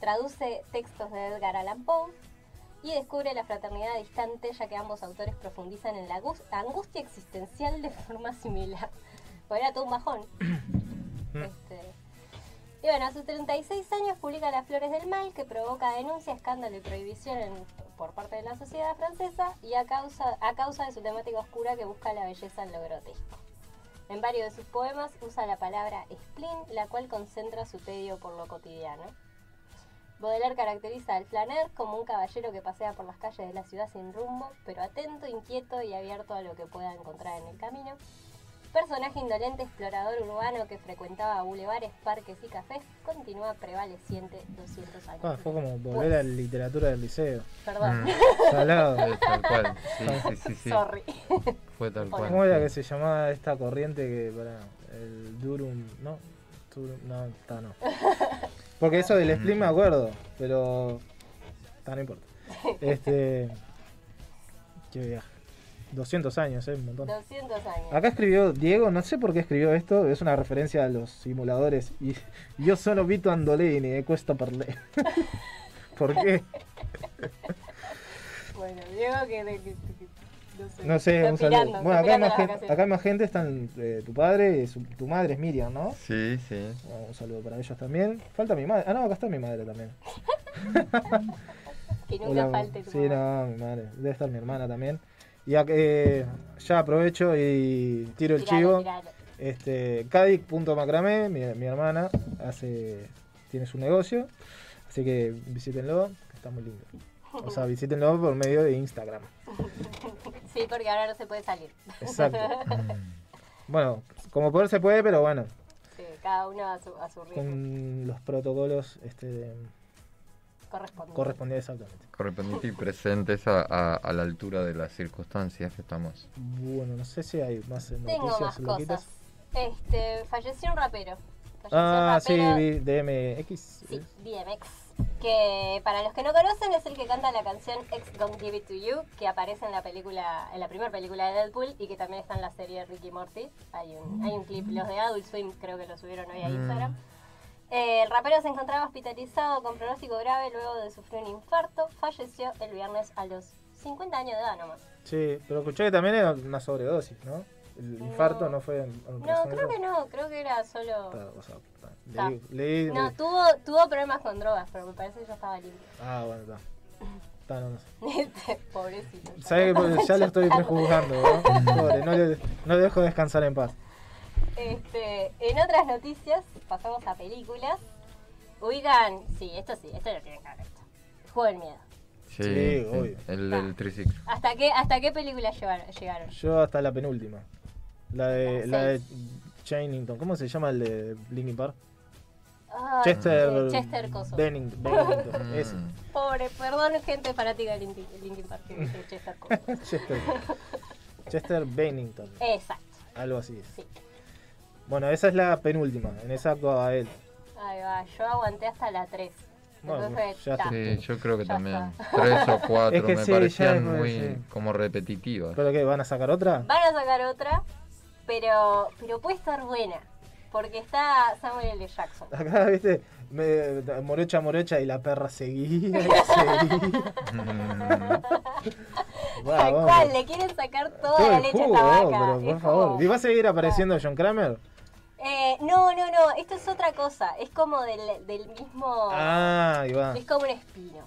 Traduce textos de Edgar Allan Poe y descubre la fraternidad distante, ya que ambos autores profundizan en la gus- angustia existencial de forma similar. Porque era todo un bajón. Este, Y bueno, a sus 36 años publica Las Flores del Mal, que provoca denuncia, escándalo y prohibición en- por parte de la sociedad francesa y a causa, a causa de su temática oscura que busca la belleza en lo grotesco. En varios de sus poemas usa la palabra spleen, la cual concentra su tedio por lo cotidiano. Baudelaire caracteriza al flaner como un caballero que pasea por las calles de la ciudad sin rumbo, pero atento, inquieto y abierto a lo que pueda encontrar en el camino. Personaje indolente explorador urbano que frecuentaba bulevares, parques y cafés, continúa prevaleciente 200 años.
Ah, fue como volver a la literatura del liceo. Mm,
Perdón,
Salado.
Sí, tal cual. Sí, sí, sí, sí.
sorry.
Fue tal
¿Cómo era que
cual.
se llamaba esta corriente que. para el Durum. No. Durum, no, está, no. Porque eso del split me acuerdo, pero. está, no importa. Este. Qué viaje. 200 años, eh, un montón.
200 años.
Acá escribió Diego, no sé por qué escribió esto, es una referencia a los simuladores. Y yo sono Vito Andolini, e questo per lei. ¿Por qué?
Bueno, Diego que, que- que- que- no sé.
No sé,
está
un
pirando,
saludo.
está
Bueno, acá hay,
pirando
más
las
gente,
vacaciones.
acá hay más gente, están eh, tu padre, y su- tu madre es Miriam, ¿no?
Sí, sí.
Bueno, un saludo para ellos también. Falta mi madre. Ah, no, acá está mi madre también.
Que nunca
Hola,
falte tu
Sí,
mamá.
no, mi madre. Debe estar mi hermana también. Y acá, eh, ya aprovecho y tiro
Tiralo,
el chivo.
tiralo.
Este, Cadic.macramé, mi, mi hermana, hace, tiene su negocio. Así que visítenlo, que está muy lindo. O sea, visítenlo por medio de Instagram.
Sí, porque ahora no se puede salir.
Exacto. Bueno, como poder se puede, pero bueno,
Sí, cada uno a su, a su ritmo
con los protocolos este,
correspondiente.
correspondientes exactamente.
Correspondiente y presentes a, a- a la altura de las circunstancias que estamos.
Bueno, no sé si hay más
Tengo más
noticias
cosas. Este, falleció un rapero. Falleció
Ah,
un
sí,
rapero,
vi DMX.
sí, DMX. que para los que no conocen es el que canta la canción Ex Don't Give It To You, que aparece en la película, en la primera película de Deadpool y que también está en la serie Ricky Morty. Hay un, hay un clip, los de Adult Swim creo que lo subieron hoy a
Mm.
Instagram. Eh, el rapero se encontraba hospitalizado con pronóstico grave luego de sufrir un infarto. Falleció el viernes a los 50 años de edad nomás.
Sí, pero escuché que también era una sobredosis, ¿no? El
No.
infarto no fue en, en
No,
corazón
creo que
roto.
no, creo que era solo...
Está, o sea, está.
Está.
Leí- leí-
No,
leí-
tuvo, tuvo problemas con drogas, pero me parece que yo estaba limpio.
Ah, bueno, está. Está, no, no sé.
Este, Pobrecito. ya
Sabe que
no.
por- ya lo estoy prejuzgando, ¿no? Pobre, no le, no le dejo descansar en paz.
Este, en otras noticias, pasamos a películas. Ubican, sí, esto sí, esto lo tienen que ver esto. Juego del miedo.
Sí,
Sí, obvio.
El del triciclo.
¿Hasta qué, hasta qué película llevaron- llegaron?
Yo hasta la penúltima. La de,
Ah,
la de
seis.
Chainington. ¿Cómo se llama el de Linkin Park?
Ay,
Chester.
Ah, Chester Coso.
Benning- Bennington.
Mm.
ese.
Pobre, perdón gente fanática de Linkin, Linkin Park, que dice Chester Coso.
Chester. Chester Bennington.
Eh. Exacto,
Algo así es.
sí.
Bueno, esa es la penúltima. En esa actuaba él.
Ahí va, yo aguanté hasta la 3.
Bueno,
Entonces,
ya
ya.
Sí, yo creo que
Ya
también. Tres o cuatro
Es que
me
sí, ya es
parecían
muy-
muy
sí.
como repetitivas.
¿Pero qué? ¿Van a sacar otra?
Van a sacar otra, pero, pero puede estar buena. Porque está Samuel L. Jackson.
Acá, viste, me, morocha, morocha y la perra seguía y seguía.
Tal
Guau,
cual,
vamos.
le quieren sacar toda
Todo
la
el
leche
jugo,
a esta
oh,
vaca.
pero por
Es como-
favor. ¿Y va a seguir apareciendo John Kramer?
Eh, no, no, no, esto es otra cosa. Es como del, del mismo.
Ah, y va.
Es como un espino.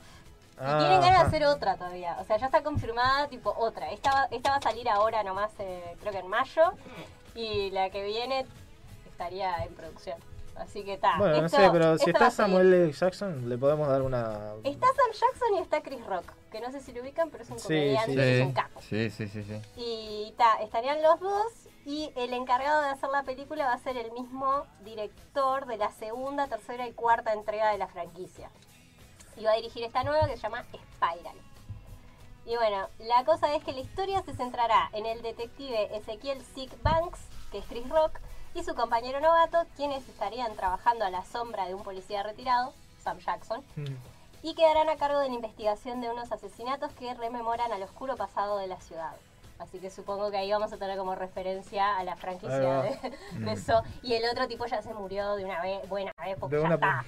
Ah,
y tienen ganas
ajá.
de hacer otra todavía. O sea, ya está confirmada, tipo, otra. Esta va, esta va a salir ahora nomás, eh, creo que en mayo. Y la que viene estaría en producción. Así que está.
Bueno, no
esto-
sé, pero si
esto va
está
a seguir.
Samuel L. Jackson, le podemos dar una.
Está Sam Jackson y está Chris Rock. Que no sé si lo ubican, pero es un
Sí,
comediante, es
sí.
Mm, Sí,
un capo.
sí, sí, sí. sí.
Y ta, estarían los dos y el encargado de hacer la película va a ser el mismo director de la segunda, tercera y cuarta entrega de la franquicia. Y va a dirigir esta nueva que se llama Spiral. Y bueno, la cosa es que la historia se centrará en el detective Ezequiel Sick Banks, que es Chris Rock, y su compañero novato, quienes estarían trabajando a la sombra de un policía retirado, Sam Jackson, y quedarán a cargo de la investigación de unos asesinatos que rememoran al oscuro pasado de la ciudad. Así que supongo que ahí vamos a tener como referencia a la franquicia
Ahí va. Mm.
de, de eso. Y el otro tipo ya se murió de una vez, buena vez, porque
De
ya
una
está.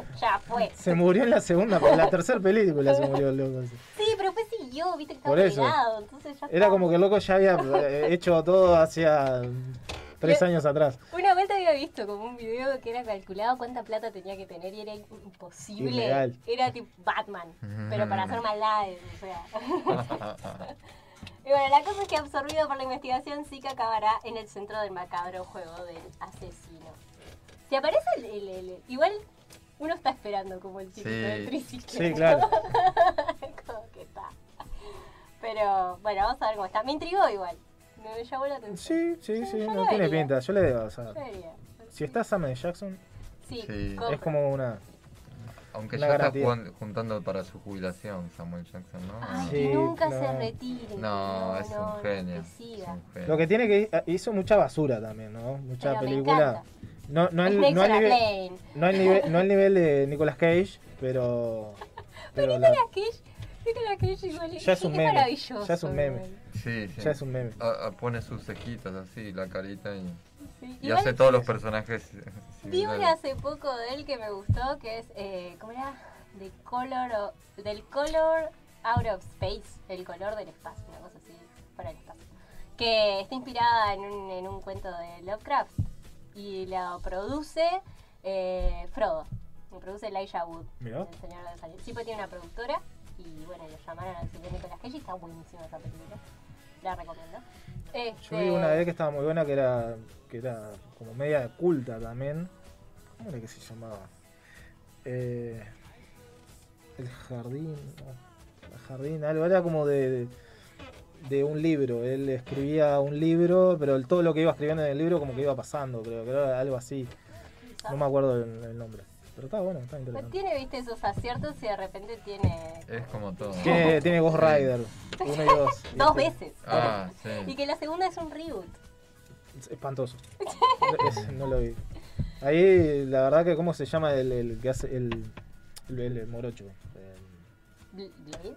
ya fue.
Se murió en la segunda, pero en la tercera película se murió el loco. ese.
Sí, pero fue siguió, viste que estaba
Por eso.
pegado, entonces ya
Era
está.
como que el loco ya había eh, hecho todo hacía tres
Le-
años atrás.
Una vez te había visto como un video que era calculado cuánta plata tenía que tener y era imposible.
Ilegal.
Era tipo Batman, pero para hacer maldades, o sea.
Ah, ah, ah.
Y bueno, la cosa es que absorbido por la investigación, sí que acabará en el centro del macabro juego del asesino. Si aparece el, el- el- Igual uno está esperando como el típico
Sí.
del triciclo.
Sí, claro.
como que está. Pero bueno, vamos a ver cómo está. Me intrigó igual. Me llamó la atención.
Sí, sí, sí,
yo
no
la
tiene
vería.
pinta. Yo le debo, o sea,
Yo diría.
si está Samuel L. Jackson,
Sí,
Sí.
compro.
es como una.
Aunque
Una
ya está
garantía.
jugan- juntando para su jubilación Samuel Jackson, ¿no?
Ay,
Sí,
que nunca se
no.
retire. que
No, es
no,
un
no,
genio.
que siga.
es un genio.
Lo que tiene que eh, hizo mucha basura también, ¿no? Mucha
Pero me
película.
encanta.
No, no, al,
Snakes
no, al
on a
nivel,
plane.
no, al nivel, no al nivel de Nicolas Cage, pero. Pero la-
Nicolas Cage, Nicolas Cage igual
Ya es un
qué
meme,
maravilloso,
ya es un meme.
igual.
Sí, sí.
ya es un meme.
Ah, ah, pone sus cejitas así, la carita y,
Sí,
y
igual
hace todos los personajes.
Vi una
similares.
hace poco de él que me gustó, que es, eh, ¿cómo era? De color o- del color out of space, el color del espacio, una cosa así, fuera del espacio. Que está inspirada en un, en un cuento de Lovecraft y la produce eh, Frodo, lo produce Elijah Wood,
Mirá.
el señor de los anillos. Sí, pues tiene una productora y bueno, lo llamaron al señor Nicolas Cage y está buenísima esa película, la recomiendo.
Yo
Este,
vi una vez que estaba muy buena que era que era como media culta también. ¿Cómo era que se llamaba? Eh, el jardín. no, El jardín, algo. Era como de, de un libro. Él escribía un libro, pero el- todo lo que iba escribiendo en el libro como que iba pasando, creo que era algo así. No me acuerdo el, el nombre. Pero está bueno, está
Pues
interesante.
tiene, viste, esos aciertos y de repente tiene
Es como todo.
Tiene, tiene Ghost Rider, uno y dos. Y
dos
este-
veces.
Ah,
Y
sí.
que la segunda es un reboot.
Es espantoso. Es- no lo vi. Ahí, la verdad que, ¿cómo se llama el, el que hace el, El, el- el morocho. el-
Bl- Blade.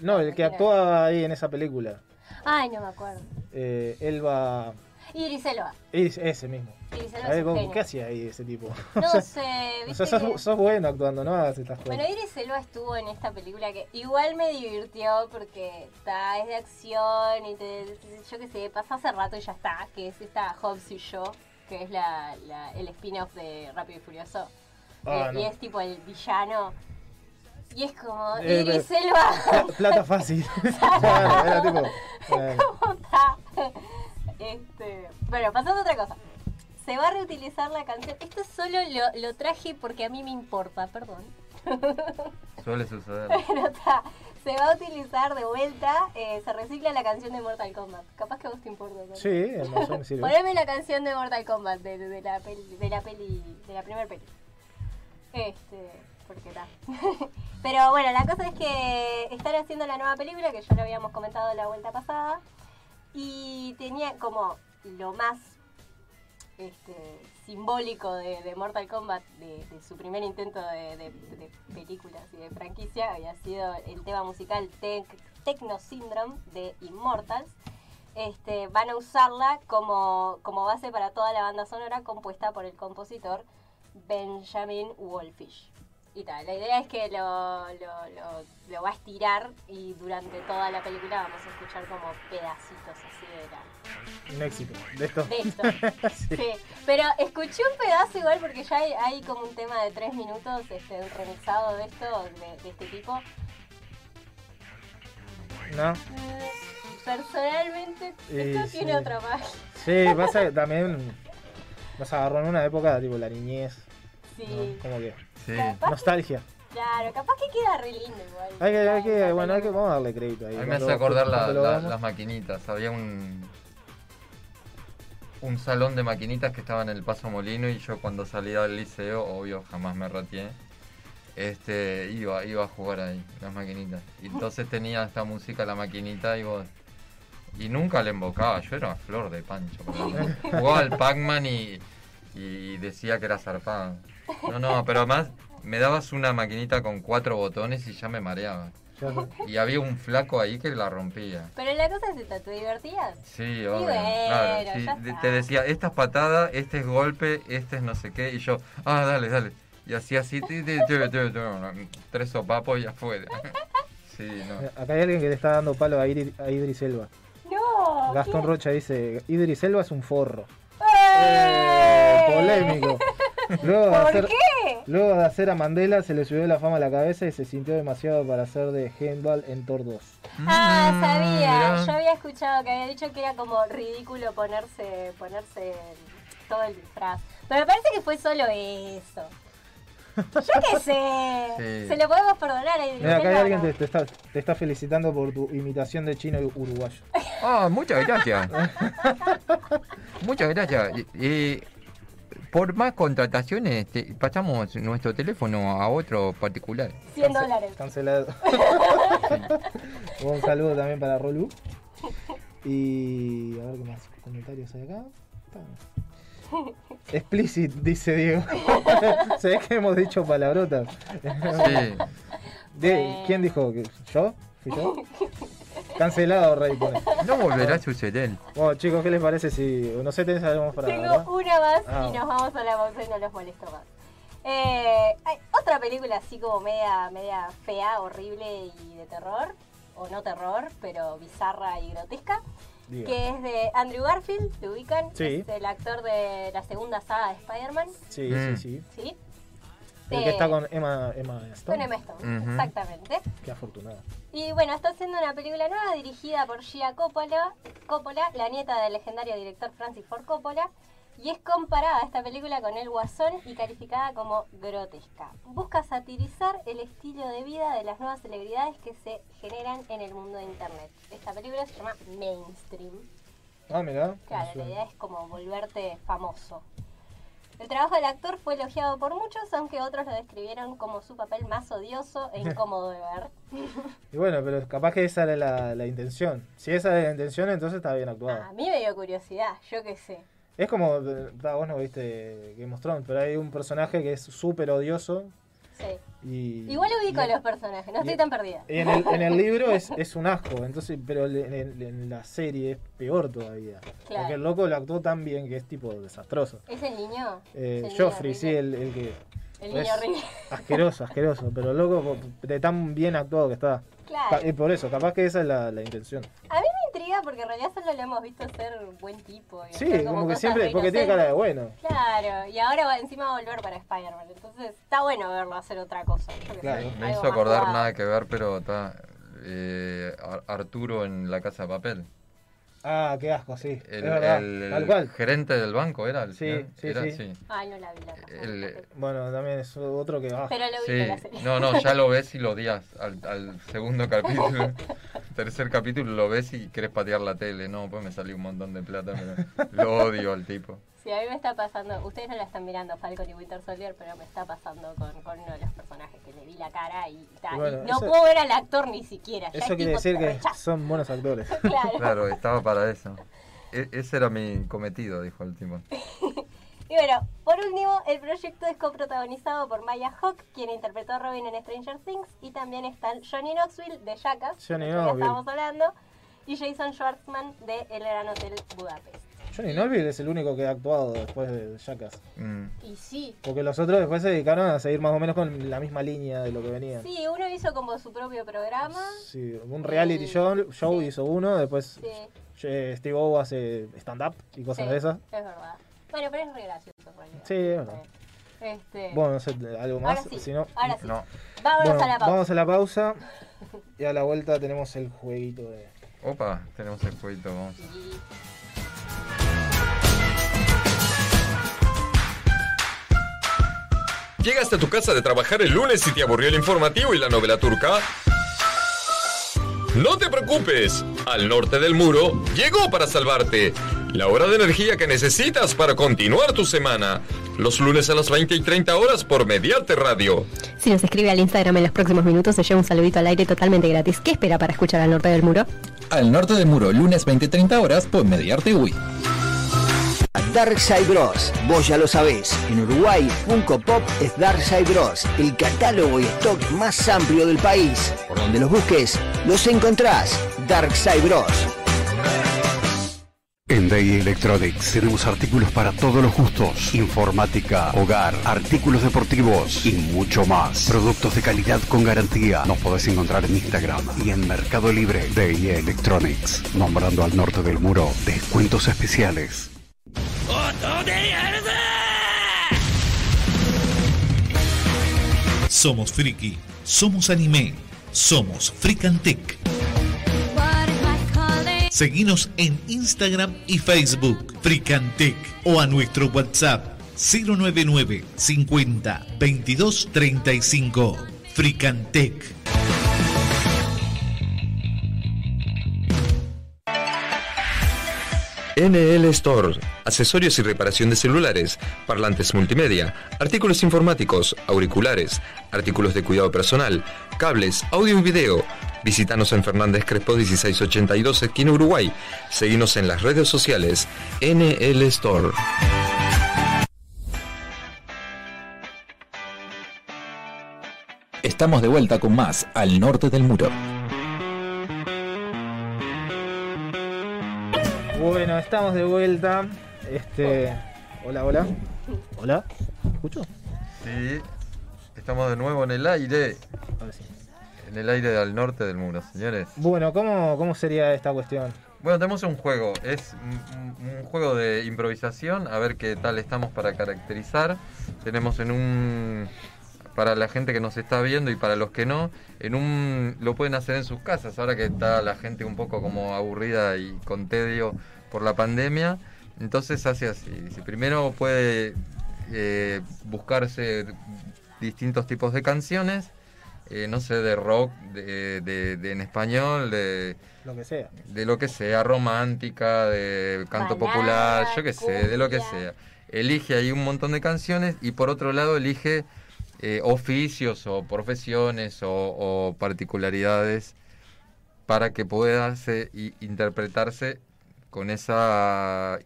no, el que actúa ahí en esa película.
Ay, no me acuerdo.
Eh, Elba.
Iris Elba.
Es, ese mismo.
Iris Elba
A ver,
es un
vos,
genio.
¿qué hacía ahí ese tipo?
No sé,
O
viste
sea, sos,
que-
sos bueno actuando, no hagas estas cosas.
Bueno, Iris Elba estuvo en esta película que igual me divirtió porque está, es de acción y te, yo qué sé, pasa hace rato y ya está, que es esta Hobbs y yo, que es la, la- el spin-off de Rápido y Furioso. Eh,
Ah,
y,
no.
y es tipo el villano. Y es como,
Eh,
Iris
pero-
Elba,
Pla- Plata fácil. claro, era tipo. eh, bueno.
¿cómo está? Este, bueno, pasando a otra cosa. Se va a reutilizar la canción. Esto solo lo, lo traje porque a mí me importa, perdón.
Suele suceder.
Pero está, se va a utilizar de vuelta, eh, se recicla la canción de Mortal Kombat. Capaz que a vos te importa. ¿no?
Sí, el me sirve.
Poneme la canción de Mortal Kombat de, de la peli, de la peli, de la primera peli. Este, porque está. Pero bueno, la cosa es que están haciendo la nueva película que ya lo habíamos comentado la vuelta pasada y tenía como lo más este, simbólico de, de Mortal Kombat, de, de su primer intento de, de- de películas y de franquicia, había sido el tema musical Tec- Techno Syndrome de Immortals. Este, van a usarla como, como base para toda la banda sonora compuesta por el compositor Benjamin Wolfish. Y tal, la idea es que lo, lo, lo- lo va a estirar y durante toda la película vamos a escuchar como pedacitos así de la,
Un éxito. De esto.
de esto.
Sí.
Sí, pero escuché un pedazo igual porque ya hay, hay como un tema de tres minutos este, un remixado de esto, de, de este tipo.
¿No?
Mm, Personalmente, esto
Eh,
tiene
sí.
otra magia.
Sí, pasa que también nos agarró en una época, tipo la niñez.
Sí.
¿no? Como que.
Sí.
Capaz-
Nostalgia.
Claro, capaz que queda re lindo igual.
Hay que, hay que,
Esa
bueno, hay que,
película.
vamos a darle crédito ahí.
A mí me
Cuando-
hace acordar la-
cuando lo
la-
hagamos.
las maquinitas. Había un un salón de maquinitas que estaba en el Paso Molino y yo cuando salía del liceo, obvio, jamás me rateé. Este, iba, iba a jugar ahí, las maquinitas. Y entonces tenía esta música, la maquinita, y vos... Y nunca le invocaba, yo era flor de pancho. boludo. Jugaba al Pac-Man y, y decía que era zarpado. No, no, pero además me dabas una maquinita con cuatro botones y ya me mareaba.
Ya sé.
Y había un flaco ahí que la rompía.
Pero la cosa es esta, ¿te divertías?
Sí, obvio.
bueno,
claro, sí.
ya
De-
está.
Te decía, esta es patada, este es golpe, este es no sé qué. Y yo, ah, dale, dale. Y así, así, ti, ti, tu, tu, tu, tres sopapos y afuera. Sí, no.
Acá hay alguien que le está dando palo a, Iri- a Idris Elba.
No.
Gastón
¿qué?
Rocha dice: Idris Elba es un forro.
¡Eh!
Polémico. Luego de,
¿Por
hacer,
qué?
luego de hacer a Mandela, se le subió la fama a la cabeza y se sintió demasiado para hacer de Hendal en Thor 2.
Ah,
Mm,
sabía.
mirá.
Yo había escuchado que había dicho que era como ridículo ponerse, ponerse todo el disfraz. Pero me parece que fue solo eso. Yo qué sé.
Sí.
Se lo podemos perdonar a Idris
Mira, acá hay
Elba,
alguien
¿no?
que te está, te está felicitando por tu imitación de chino uruguayo.
Ah, muchas gracias. muchas gracias. Y- y por más contrataciones, te- pasamos nuestro teléfono a otro particular.
100 dólares.
Cancelado. Un saludo también para Rolu. Y a ver qué más comentarios hay acá. Tan. Explicit, dice Diego. Se ve que hemos dicho palabrotas.
Sí.
De- ¿Quién dijo? que- ¿Yo? ¿Fui yo? Cancelado, Rey. pone.
No volverá a suceder.
Bueno, chicos, ¿qué les parece si. No sé, tenés algo más para. ¿verdad?
Tengo una más
Ah.
y nos vamos a la pausa y no los molesto más. Eh, hay otra película así como media, media fea, horrible y de terror, o no terror, pero bizarra y grotesca,
Diga.
que es de Andrew Garfield, ¿lo ubican?
Sí.
Es el actor de la segunda saga de Spider-Man,
Sí, sí,
Mm.
sí.
¿sí?
El
Eh,
que está con Emma, Emma Stone.
con Emma Stone,
Ujú.
exactamente.
Qué afortunada.
Y bueno, está haciendo una película nueva dirigida por Gia Coppola, Coppola, la nieta del legendario director Francis Ford Coppola, y es comparada esta película con El Guasón y calificada como grotesca. Busca satirizar el estilo de vida de las nuevas celebridades que se generan en el mundo de Internet. Esta película se llama Mainstream.
Ah, mira.
Claro, la idea es como volverte famoso. El trabajo del actor fue elogiado por muchos, aunque otros lo describieron como su papel más odioso e incómodo de ver.
Y bueno, pero capaz que esa era la, la intención. Si esa era la intención, entonces está bien
A
actuada.
mí me dio curiosidad, yo qué sé.
Es como, eh, ta, vos no viste Game of Thrones, pero hay un personaje que es súper odioso
Sí.
Y,
Igual ubico a los personajes, no estoy tan perdida.
y en, el, en el libro es, es un asco, entonces, pero en, en- en la serie es peor todavía. Porque el loco lo actuó tan bien que es tipo desastroso.
¿Es el niño?
Eh,
Es el
Joffrey,
niño
sí,
horrible.
el, el que.
El
pues-
niño horrible.
Asqueroso, asqueroso, pero el loco po- de tan bien actuado que está.
Claro.
Ca- Y por eso, capaz que esa es la, la intención.
intriga porque en realidad solo lo hemos visto ser buen tipo. y
Sí,
hacer
como que
cosas
siempre, porque tiene cara de
inocentes.
bueno.
Claro, y ahora va, encima va a volver para Spider-Man. Entonces está bueno verlo hacer otra cosa. yo qué sé,
Claro.
Me
algo
hizo
más
acordar
jugado.
nada que ver, pero está eh, Ar- Arturo en la casa de papel.
Ah, qué asco, sí. es
El,
verdad,
el-
tal cual.
gerente del banco era. el
Sí,
final?
sí,
Era,
sí.
Ay, no la vi la casa.
El-
Bueno, también es otro que va.
Pero lo vi
Sí,
en la serie.
no, no, ya lo ves y lo odias al, al segundo capítulo. Tercer capítulo lo ves y querés patear la tele. No, pues me salió un montón de plata, pero lo odio al tipo.
Sí, a mí me está pasando, ustedes no la están mirando Falcon y Winter Soldier, pero me está pasando con, con uno de los personajes que le vi la cara y tal.
Y bueno,
no
eso-
puedo ver al actor ni siquiera. ya
Eso
el
quiere
tipo te
decir que
rechaza.
son buenos actores.
Claro.
Claro, estaba para eso. E- ese era mi cometido, dijo el tipo.
Y bueno, por último, el proyecto es coprotagonizado por Maya Hawk, quien interpretó a Robin en Stranger Things, y también están Johnny Knoxville de Jackass,
Johnny
que
Knoxville.
estábamos hablando, y Jason Schwartzman de El Gran Hotel Budapest.
Johnny Knoxville es el único que ha actuado después de Jackass.
Mm.
Y sí,
Porque los otros después se dedicaron a seguir más o menos con la misma línea de lo que venían.
sí, uno hizo como su propio programa.
Sí, un reality
Sí.
show, show
Sí.
hizo uno, después
Sí,
eh, Steve O hace stand-up y cosas
sí,
de esas.
es verdad. Bueno, pero es re gracioso. en realidad.
Sí, es verdad.
Este,
Bueno, no sé, algo más.
ahora sí,
si no-
ahora sí.
No.
Vámonos
Bueno,
a la pausa.
Vamos a la pausa y a la vuelta tenemos el jueguito de...
Opa, tenemos el jueguito, vamos.
Sí.
¿Llegaste a tu casa de trabajar el lunes y te aburrió el informativo y la novela turca? No te preocupes, al norte del muro llegó para salvarte. La hora de energía que necesitas para continuar tu semana. Los lunes a las 20 y 30 horas por Mediarte Radio.
Si nos escribe al Instagram en los próximos minutos, se lleva un saludito al aire totalmente gratis. ¿Qué espera para escuchar al norte del muro?
Al norte del muro, lunes 20-30 horas por Mediarte Wii.
Darkside Bros, vos ya lo sabés, en Uruguay Funko Pop es Darkside Bros, el catálogo y stock más amplio del país. Por donde los busques, los encontrás. Darkside Bros.
En Day Electronics tenemos artículos para todos los gustos, informática, hogar, artículos deportivos y mucho más. Productos de calidad con garantía. Nos podés encontrar en Instagram y en Mercado Libre. Day Electronics, nombrando al norte del muro, descuentos especiales.
Somos friki, somos anime, somos Fricantec. Seguinos en Instagram y Facebook, Fricantec, o a nuestro WhatsApp 099 50 22 35. Fricantec.
NL Store. Accesorios y reparación de celulares, parlantes multimedia, artículos informáticos, auriculares, artículos de cuidado personal, cables, audio y video. Visítanos en Fernández Crespo 1682, esquina Uruguay. Seguinos en las redes sociales. NL Store.
Estamos de vuelta con más Al norte del muro.
Bueno, estamos de vuelta. Este... Hola, hola. Hola. ¿Escucho?
Sí, estamos de nuevo en el aire,
Ahora sí.
en el aire del norte del muro, señores.
Bueno, ¿cómo, ¿cómo sería esta cuestión?
Bueno, tenemos un juego. Es un, un- un juego de improvisación. A ver qué tal estamos para caracterizar. Tenemos en un. Para la gente que nos está viendo y para los que no, en un lo pueden hacer en sus casas. Ahora que está la gente un poco como aburrida y con tedio por la pandemia, entonces hace así. Dice, primero puede eh, buscarse distintos tipos de canciones, eh, no sé, de rock, de- de- de en español, de
Lo que sea.
de lo que sea, romántica, de canto
Balada,
popular, yo qué sé, de lo que
cumbia.
sea. Elige ahí un montón de canciones y por otro lado elige eh, oficios o profesiones o, o particularidades para que pueda hacer- i- interpretarse con esa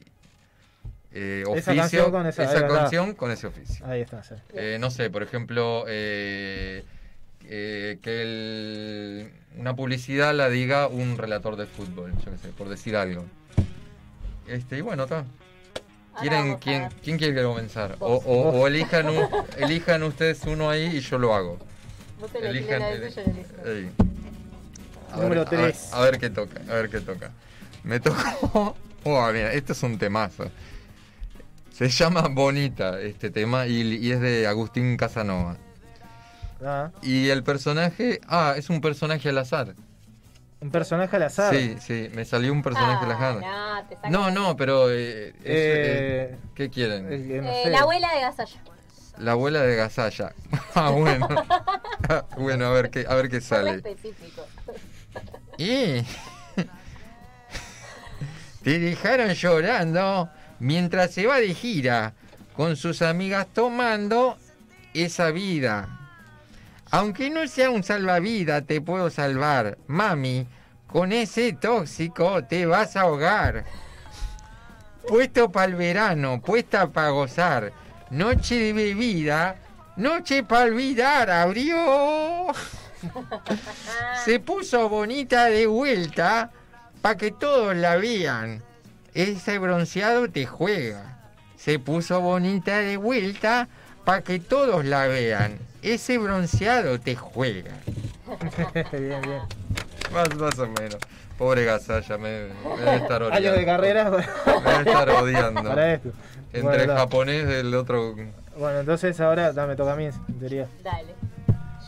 eh,
Esa
oficio,
canción con esa- es verdad.
canción con ese oficio.
Ahí está, sí.
Eh, no sé, por ejemplo, eh, eh, que el- una publicidad la diga un relator de fútbol, yo qué sé, por decir algo. Este, y bueno, está.
Ahora
¿Quieren,
vamos
quién,
a-
¿Quién quiere comenzar? O,
Vos.
o- o elijan, un- elijan ustedes uno ahí y yo lo hago.
Vos elegís
Elijan.
una de
el-
esas, yo elijo.
Ey. A
Número
ver- a ver-
tres.
A, ver, qué toca, a ver qué toca. Me tocó. Oh, mira, esto es un temazo. Se llama Bonita este tema y, y es de Agustín Casanova.
Ah,
Y el personaje. Ah, es un personaje al azar.
un personaje al azar.
Sí, sí, me salió un personaje al azar.
Ah, no, te sacan-
No, no, pero. eh, es- eh,
Eh,
¿Qué quieren?
el que no
Eh,
sé.
la abuela de Gasalla.
La abuela de Gasalla. Ah, bueno. Ah, bueno, a ver qué, a ver qué
Por lo
sale.
específico.
Y te dejaron llorando mientras se va de gira con sus amigas tomando esa vida. Aunque no sea un salvavidas, te puedo salvar. Mami, con ese tóxico te vas a ahogar. Puesto para el verano, puesta para gozar. Noche de bebida, noche para olvidar, abrió. Se puso bonita de vuelta para que todos la vean. Ese bronceado te juega. Se puso bonita de vuelta para que todos la vean. Ese bronceado te juega.
bien, bien.
Más, más o menos. Pobre Gasalla, me, me debe estar odiando.
Años de carrera
Me
para,
debe estar odiando.
para esto.
Entre
bueno,
el
ta.
japonés del otro.
Bueno, entonces ahora da, me toca a mí, en teoría.
Dale.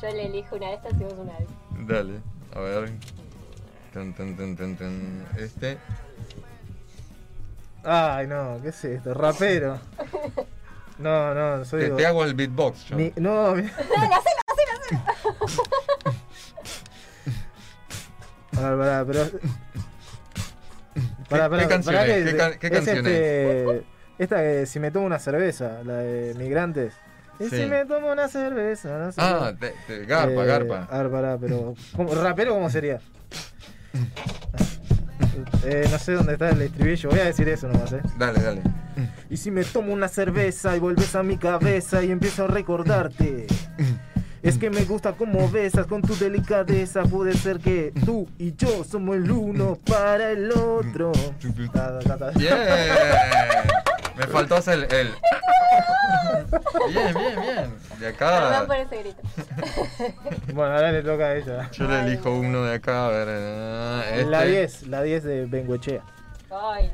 Yo le elijo una de estas y vos una de
Dale, a ver. Tun, tun, tun, tun, tun. Este.
Ay, no, ¿qué es esto? Rapero. No, no, soy.
Te, te hago el beatbox. yo.
Ni- no, mi- A ver, pará, pero. Pará, pará,
qué canción
pará
es? ¿Qué can- qué
es
canción
este- Esta que si me tomo una cerveza, la de migrantes. Y
Sí.
si me tomo una cerveza, no sé.
Ah, te, te- garpa,
Eh,
garpa.
A ver, pará, pero. ¿cómo- ¿Rapero cómo sería? Eh, no sé dónde está el estribillo, voy a decir eso nomás, eh.
Dale, dale.
Y si me tomo una cerveza y volvés a mi cabeza y empiezo a recordarte. Es que me gusta cómo besas con tu delicadeza. Puede ser que tú y yo somos el uno para el otro. Ta, ta, ta, ta.
Bien. Me faltó hacer el. el. Bien, bien, bien. De
Perdón
acá.
por ese grito.
Bueno, ahora le toca a ella.
Yo le elijo uno de acá. A ver. ah, Este.
La 10, la 10 de Benguechea.
Ay,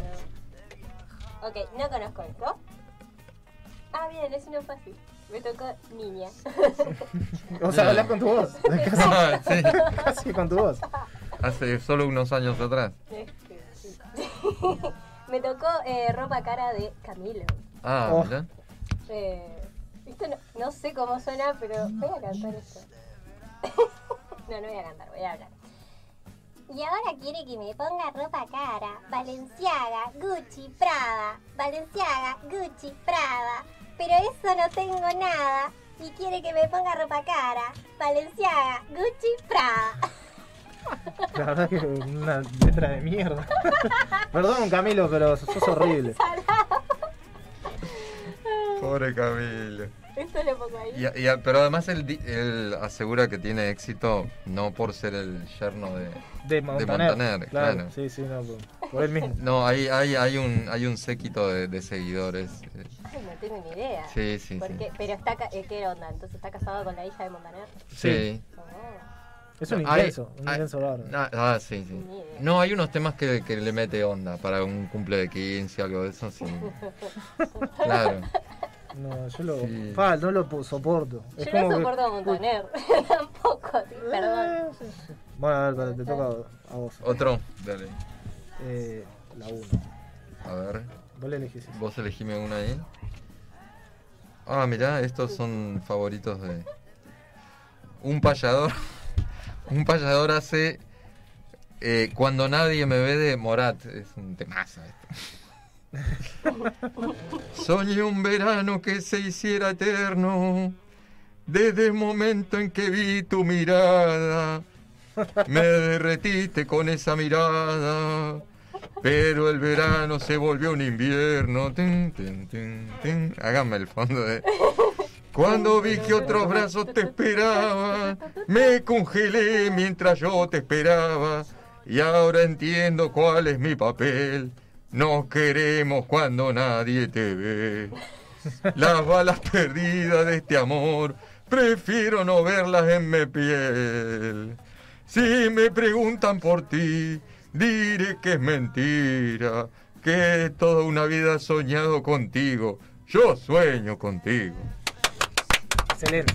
no. Ok, no conozco esto. Ah, bien, es uno fácil. Me tocó niña.
O sea, hablas con tu voz. Casi,
Ah, sí.
casi con tu voz.
Hace solo unos años atrás.
Este, sí. Me tocó eh, ropa cara de Camilo.
Ah,
Oh.
mirá.
Eh, esto no, no sé cómo suena, pero voy a cantar esto. no, no voy a cantar, voy a hablar. Y ahora quiere que me ponga ropa cara. Valenciaga, Gucci, Prada. Valenciaga, Gucci, Prada. Pero eso no tengo nada. Y quiere que me ponga ropa cara. Valenciaga, Gucci, Prada.
La verdad que una letra de mierda. Perdón, Camilo, pero sos horrible.
Pobre Camilo.
Esto lo pongo ahí.
Y, a- y a- pero además él, di- él asegura que tiene éxito no por ser el yerno de.
De Montaner.
Montaner, claro.
Sí, sí, no, por, por él mismo.
No, hay, hay, hay, un, hay un séquito de, de seguidores. eh,
Ay, no tengo ni idea.
Sí, sí, sí.
Porque- Pero está. ca- eh, ¿Qué onda? Entonces está casado con la hija de Montaner.
Sí.
Ah,
Es un
No, hay-
intenso, un
hay-
intenso bárbaro.
Ah, ah, sí, sí.
Ni idea.
No, hay unos temas que, que le mete onda para un cumple de 15, algo de eso. Sí. Claro.
No, yo lo.
Sí.
fa, no lo po- soporto. Es
Yo
como
no
que-
soporto a Montaner. Tampoco, sí, perdón.
Eh, sí, sí. Bueno, a ver, pará, te toca a vos.
Otro. Dale.
Eh, la 1.
A ver.
Vos le elegís. esa.
Vos elegime una ahí. Ah, mirá, estos son favoritos de. Un payador. Un payador hace. eh, cuando nadie me ve de Morat. Es un temazo esto. Soñé un verano que se hiciera eterno. Desde el momento en que vi tu mirada. Me derretiste con esa mirada. Pero el verano se volvió un invierno. Tin, tin, tin, tin. Hágame el fondo de. Cuando vi que otros brazos te esperaban, me congelé mientras yo te esperaba. Y ahora entiendo cuál es mi papel. Nos queremos cuando nadie te ve. Las balas perdidas de este amor, prefiero no verlas en mi piel. Si me preguntan por ti, diré que es mentira, que toda una vida he soñado contigo. Yo sueño contigo.
Excelente.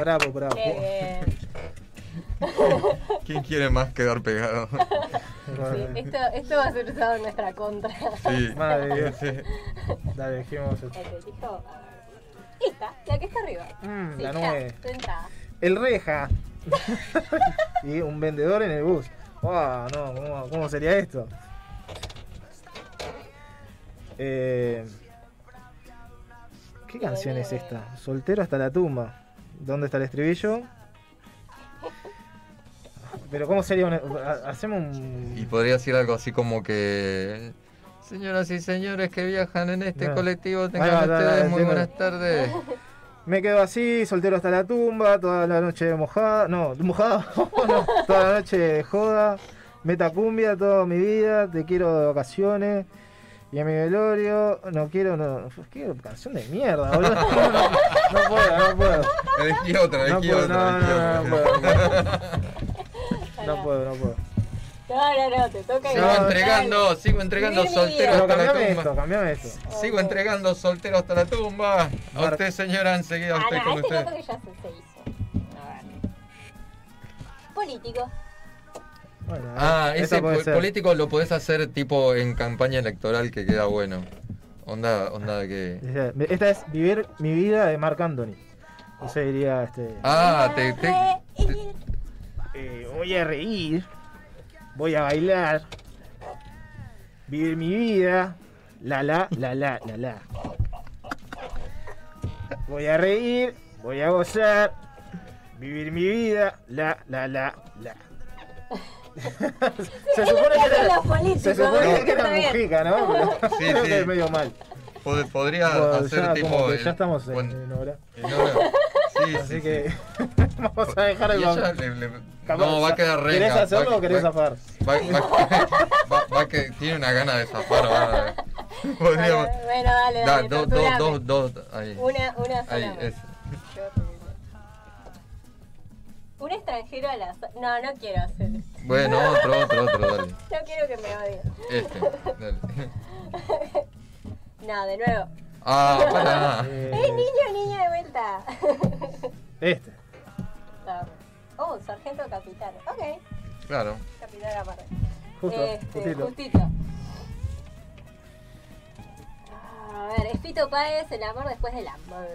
Bravo, bravo.
Qué bien.
¿Quién quiere más quedar pegado?
Bueno,
Sí, esto, esto va a ser usado en nuestra contra.
Sí.
Madre mía.
Sí.
La elegimos.
El que elijo, a ver. Esta, la que está arriba.
Mm,
Sí,
la
ya,
nueve.
tu entrada.
El reja. y un vendedor en el bus. ¡Wow! No, ¿cómo, cómo sería esto? Eh, ¿Qué canción es esta? Soltero hasta la tumba. ¿Dónde está el estribillo? Pero ¿cómo sería? una- ha- Hacemos
Y
un...
podría decir algo así como que. Señoras y señores que viajan en este
No.
colectivo,
Ahí va,
tengan
ahí va,
ustedes muy
encima.
buenas tardes.
Me quedo así, soltero hasta la tumba, toda la noche mojada. No, mojado. no, toda la noche de joda. Metacumbia toda mi vida. Te quiero de vacaciones. Y en mi velorio, no quiero, no. Qué canción de mierda, boludo. No, puedo, no puedo.
Elegí otra,
No
elegí
puedo,
otra.
no,
elegí
no, no,
otra.
no puedo. No puedo, no puedo.
No, no, no, te toca
Sigo
No,
entregando, sigo entregando
Mira.
solteros
Pero
hasta la
cambiame esto,
tumba.
cambiame esto.
Sigo entregando solteros hasta la tumba. A
Mar-
usted, señora, enseguida a
Ah,
usted
no,
con
este
usted.
no porque ya se, se hizo. A ver. Político.
Bueno,
Ah,
esa
ese
puede
po-
ser.
político lo podés hacer tipo en campaña electoral que queda bueno. Onda, onda de que.
Dice, Esta es vivir mi vida de Marc Anthony. No sé, diría este.
Ah, te, te-
Reír.
Eh, voy a reír, voy a bailar, vivir mi vida, la la, la la, la la. Voy a reír, voy a gozar, vivir mi vida, la la la la. se supone que
Son
era,
los políticos.
se supone que
está
era
bien.
Mujica, ¿no? Pero
Sí,
creo
sí.
que es medio mal.
pod- podría
Bueno,
hacer
ya, como
tipo.
que
el-
ya estamos en,
buen-
en hora.
en hora. Sí, sí,
Así
sí.
que vamos a dejar
Y
el
ella le- le- No, va a quedar re.
¿Querés
va-
hacerlo o querés
va-
zafar?
Va, va- va- va que tiene una gana de zafar. va.
Bueno,
Podríamos.
bueno, dale,
Da,
dale.
dos,
torturame.
dos, dos, dos. Ahí.
Una, una sola.
Ahí,
más.
es.
Qué horrible. Un extranjero a la... so- No, no quiero hacer. No
Bueno, otro, otro, otro, dale.
quiero que me odien.
Este, dale.
No, de nuevo.
Ah, pará.
¡Eh,
Eh,
niño, niña de vuelta!
este.
No. Oh, sargento capitán. Ok,
Claro.
capitán aparte.
Justo,
Este,
justito.
justito. A ver, es Fito Páez, el amor después del amor.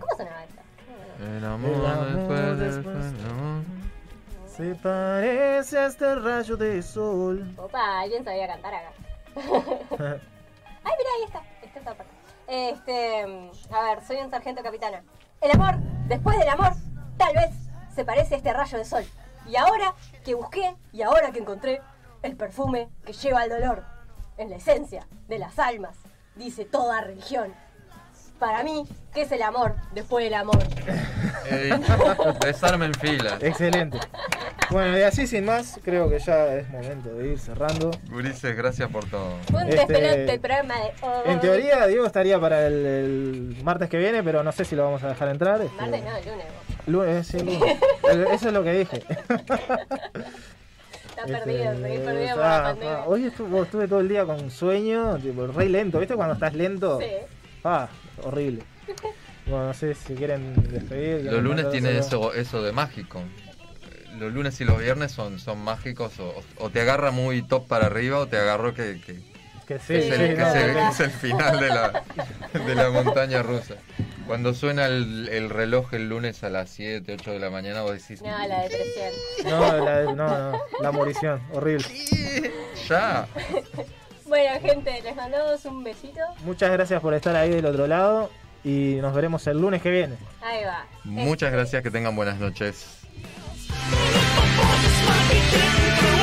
¿Cómo sonaba esto?
El
El
amor
amor
después del
después.
amor.
Se parece a este rayo de sol.
Opa, alguien sabía cantar acá. Ay, mira, ahí está. Esta es la parte. Este, mm, a ver, soy un sargento capitana. El amor, después del amor, tal vez se parece a este rayo de sol. Y ahora que busqué y ahora que encontré el perfume que lleva al dolor, en la esencia de las almas, dice toda religión. Para mí, ¿qué es el amor después del amor?
Ey, Desarme en fila.
Excelente. Bueno, y así sin más, creo que ya es momento de ir cerrando.
Gurises, gracias por todo.
Fue un
Este,
despelote el programa de hoy.
En teoría, Diego estaría para el, el martes que viene, pero no sé si lo vamos a dejar entrar. este,
Martes no, el lunes.
Lunes, sí, lunes. El- Eso es lo que dije.
Está
Este,
perdido, seguís perdido por
ah,
la pandemia.
ah, Hoy estuve, estuve todo el día con sueño, tipo, re lento. ¿Viste cuando estás lento?
Sí.
Ah, horrible. Bueno, no sé si quieren despedir.
Los
quieren
lunes
mandar
tiene
saludos.
eso, eso de mágico. Los lunes y los viernes son, son mágicos. O, o te agarra muy top para arriba o te agarró que, que-
Que sí,
que es, el,
sí,
que
no,
se-
no.
que es el final de la, de la montaña rusa. Cuando suena el, el reloj el lunes a las 7, 8 de la mañana, vos decís,
No, la depresión.
No, la, no, no, la morición, horrible.
ya.
Bueno, gente, les mandamos un besito.
Muchas gracias por estar ahí del otro lado y nos veremos el lunes que viene.
Ahí va.
Muchas gracias, que tengan buenas noches.
It's my beginning.